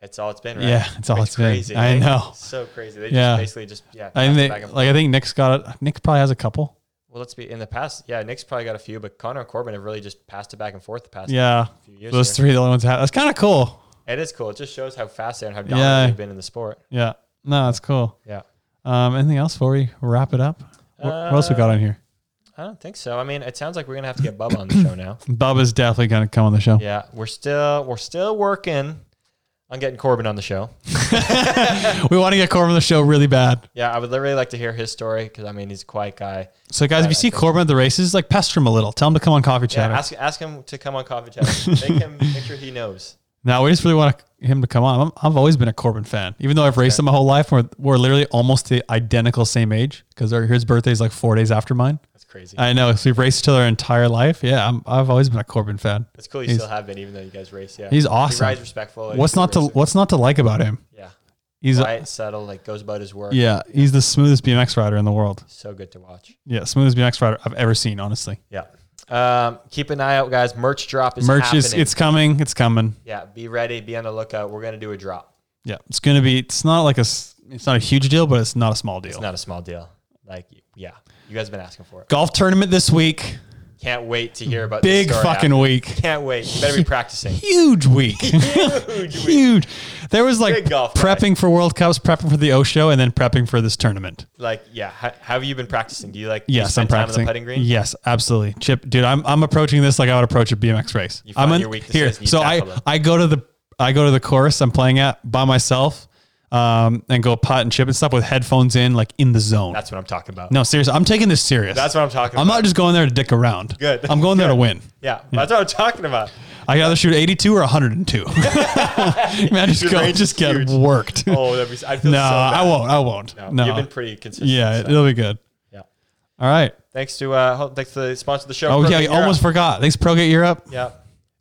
S5: It's all it's been, right?
S4: Yeah, it's all it's been. I
S5: eh?
S4: know.
S5: So crazy. They
S4: Yeah.
S5: just basically just yeah.
S4: I
S5: pass
S4: think
S5: it
S4: they,
S5: back and
S4: like I think Nick's got it. Nick probably has a couple.
S5: Well, let's be in the past. Yeah, Nick's probably got a few, but Connor and Corbin have really just passed it back and forth the past
S4: Yeah,
S5: few years.
S4: those
S5: here.
S4: three are the only ones. that have. That's kind of cool.
S5: It is cool. It just shows how fast they are and how dominant
S4: Yeah.
S5: they've been in the sport.
S4: Yeah, no, that's cool.
S5: Yeah.
S4: Um, anything else before we wrap it up? What, what else we
S5: Uh,
S4: got on here?
S5: I don't think so. I mean, it sounds like we're gonna have to get Bubba on the show now.
S4: Bub is definitely gonna come on the show.
S5: Yeah, we're still we're still working on getting Corbin on the show.
S4: We want to get Corbin on the show really bad.
S5: Yeah, I would really like to hear his story because I mean he's a quiet guy.
S4: So guys, if you see Corbin at the races, like pester him a little. Tell him to come on coffee
S5: Yeah,
S4: chat.
S5: ask ask him to come on coffee chat.
S4: *laughs*
S5: make him make sure he knows.
S4: no, we just really want him to come on. I'm, I've always been a Corbin fan, even though I've raced him my whole life. We're, we're literally almost the identical same age because his birthday is like four days after mine.
S5: That's crazy.
S4: I know. So we've raced each other our entire life. Yeah, I'm, I've always been a Corbin fan.
S5: It's cool you
S4: he's-
S5: still have been, even though you guys race. Yeah,
S4: he's awesome.
S5: He rides respectful. and
S4: What's
S5: he's a
S4: not to
S5: racer.
S4: What's not to like about him?
S5: Yeah,
S4: He's a-
S5: quiet, subtle, like goes about his work.
S4: yeah, he's the smoothest BMX rider in the world.
S5: so good to watch.
S4: Yeah, smoothest BMX rider I've ever seen. Honestly,
S5: Yeah. Um, keep an eye out, guys. Merch drop is
S4: merch
S5: happening.
S4: is it's coming. It's coming.
S5: yeah. Be ready. Be on the lookout. We're gonna do a drop.
S4: Yeah, it's gonna be. It's not like a. s- It's not a huge deal, but it's not a small deal.
S5: It's not a small deal. Like, yeah, you guys have been asking for it.
S4: Golf tournament this week.
S5: Can't wait to hear about
S4: Big
S5: this story
S4: fucking
S5: after.
S4: week.
S5: Can't wait.
S4: *laughs*
S5: You better be practicing.
S4: Huge week. *laughs*
S5: Huge week.
S4: huge. There was like
S5: Big golf guy.
S4: prepping for World Cups, prepping for the O Show, and then prepping for this tournament.
S5: *laughs* Like, yeah. How, how have you been practicing? Do you like? do you
S4: Yes, I'm
S5: spend time
S4: practicing.
S5: on the putting green.
S4: Yes, absolutely. Chip, dude, I'm, I'm approaching this like I would approach a BMX race.
S5: You
S4: I'm
S5: find
S4: in-
S5: your weaknesses
S4: here.
S5: and you
S4: So I
S5: tackle them.
S4: I go to the I go to the course I'm playing at by myself, um, and go putt and chip and stuff with headphones in, like in the zone.
S5: That's what I'm talking about.
S4: no, seriously, I'm taking this serious.
S5: That's what I'm talking
S4: I'm
S5: about.
S4: not just going there to dick around.
S5: Good.
S4: I'm going there to
S5: Good.
S4: win.
S5: yeah, that's what I'm
S4: *laughs*
S5: talking about.
S4: I can either shoot 82 or
S5: *laughs*
S4: 102. *laughs* Man, just
S5: Your
S4: go,
S5: range is
S4: just get
S5: huge.
S4: worked.
S5: Oh, that'd be, I feel
S4: no,
S5: so bad.
S4: I won't. I won't. No,
S5: You've been pretty consistent.
S4: yeah,
S5: so.
S4: it'll be good.
S5: Yeah.
S4: All right.
S5: Thanks to uh, ho- thanks to the sponsor of the show.
S4: Oh yeah,
S5: Progate
S4: I
S5: Europe.
S4: almost forgot. Thanks, ProGate Europe.
S5: Yeah,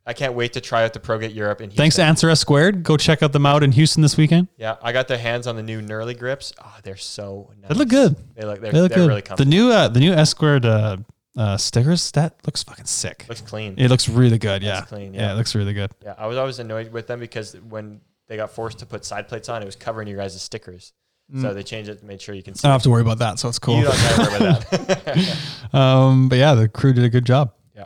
S5: I can't wait to try out the ProGate Europe in Houston.
S4: Thanks, Answer S Squared. Go check out them out in Houston this weekend.
S5: Yeah, I got their hands on the new Gnurly grips. Oh, they're so nice.
S4: They look good.
S5: They look. They're,
S4: They look
S5: they're
S4: good.
S5: really
S4: the
S5: comfy.
S4: new uh, the new S Squared uh, uh, stickers that looks fucking sick.
S5: looks clean.
S4: it looks really good. Yeah.
S5: Looks clean,
S4: yeah.
S5: yeah.
S4: it looks really good.
S5: yeah, I was always annoyed with them because when they got forced to put side plates on, it was covering your guys' stickers. So they changed it to make sure you can
S4: Mm. I
S5: see.
S4: don't have to worry about that, so it's cool.
S5: You don't gotta worry about that.
S4: Um, but yeah, the crew did a good job.
S5: yeah.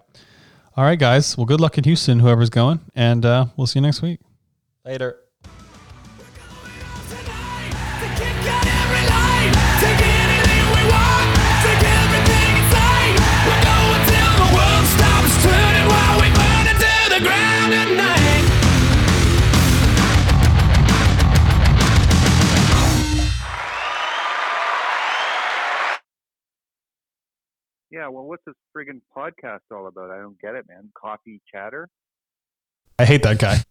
S4: All right, guys. Well, good luck in Houston, whoever's going, and uh, we'll see you next week.
S5: *laughs* Later.
S6: Tonight.
S7: Yeah, well, what's this friggin' podcast all about? I don't get it, man. Coffee chatter?
S4: I hate that guy.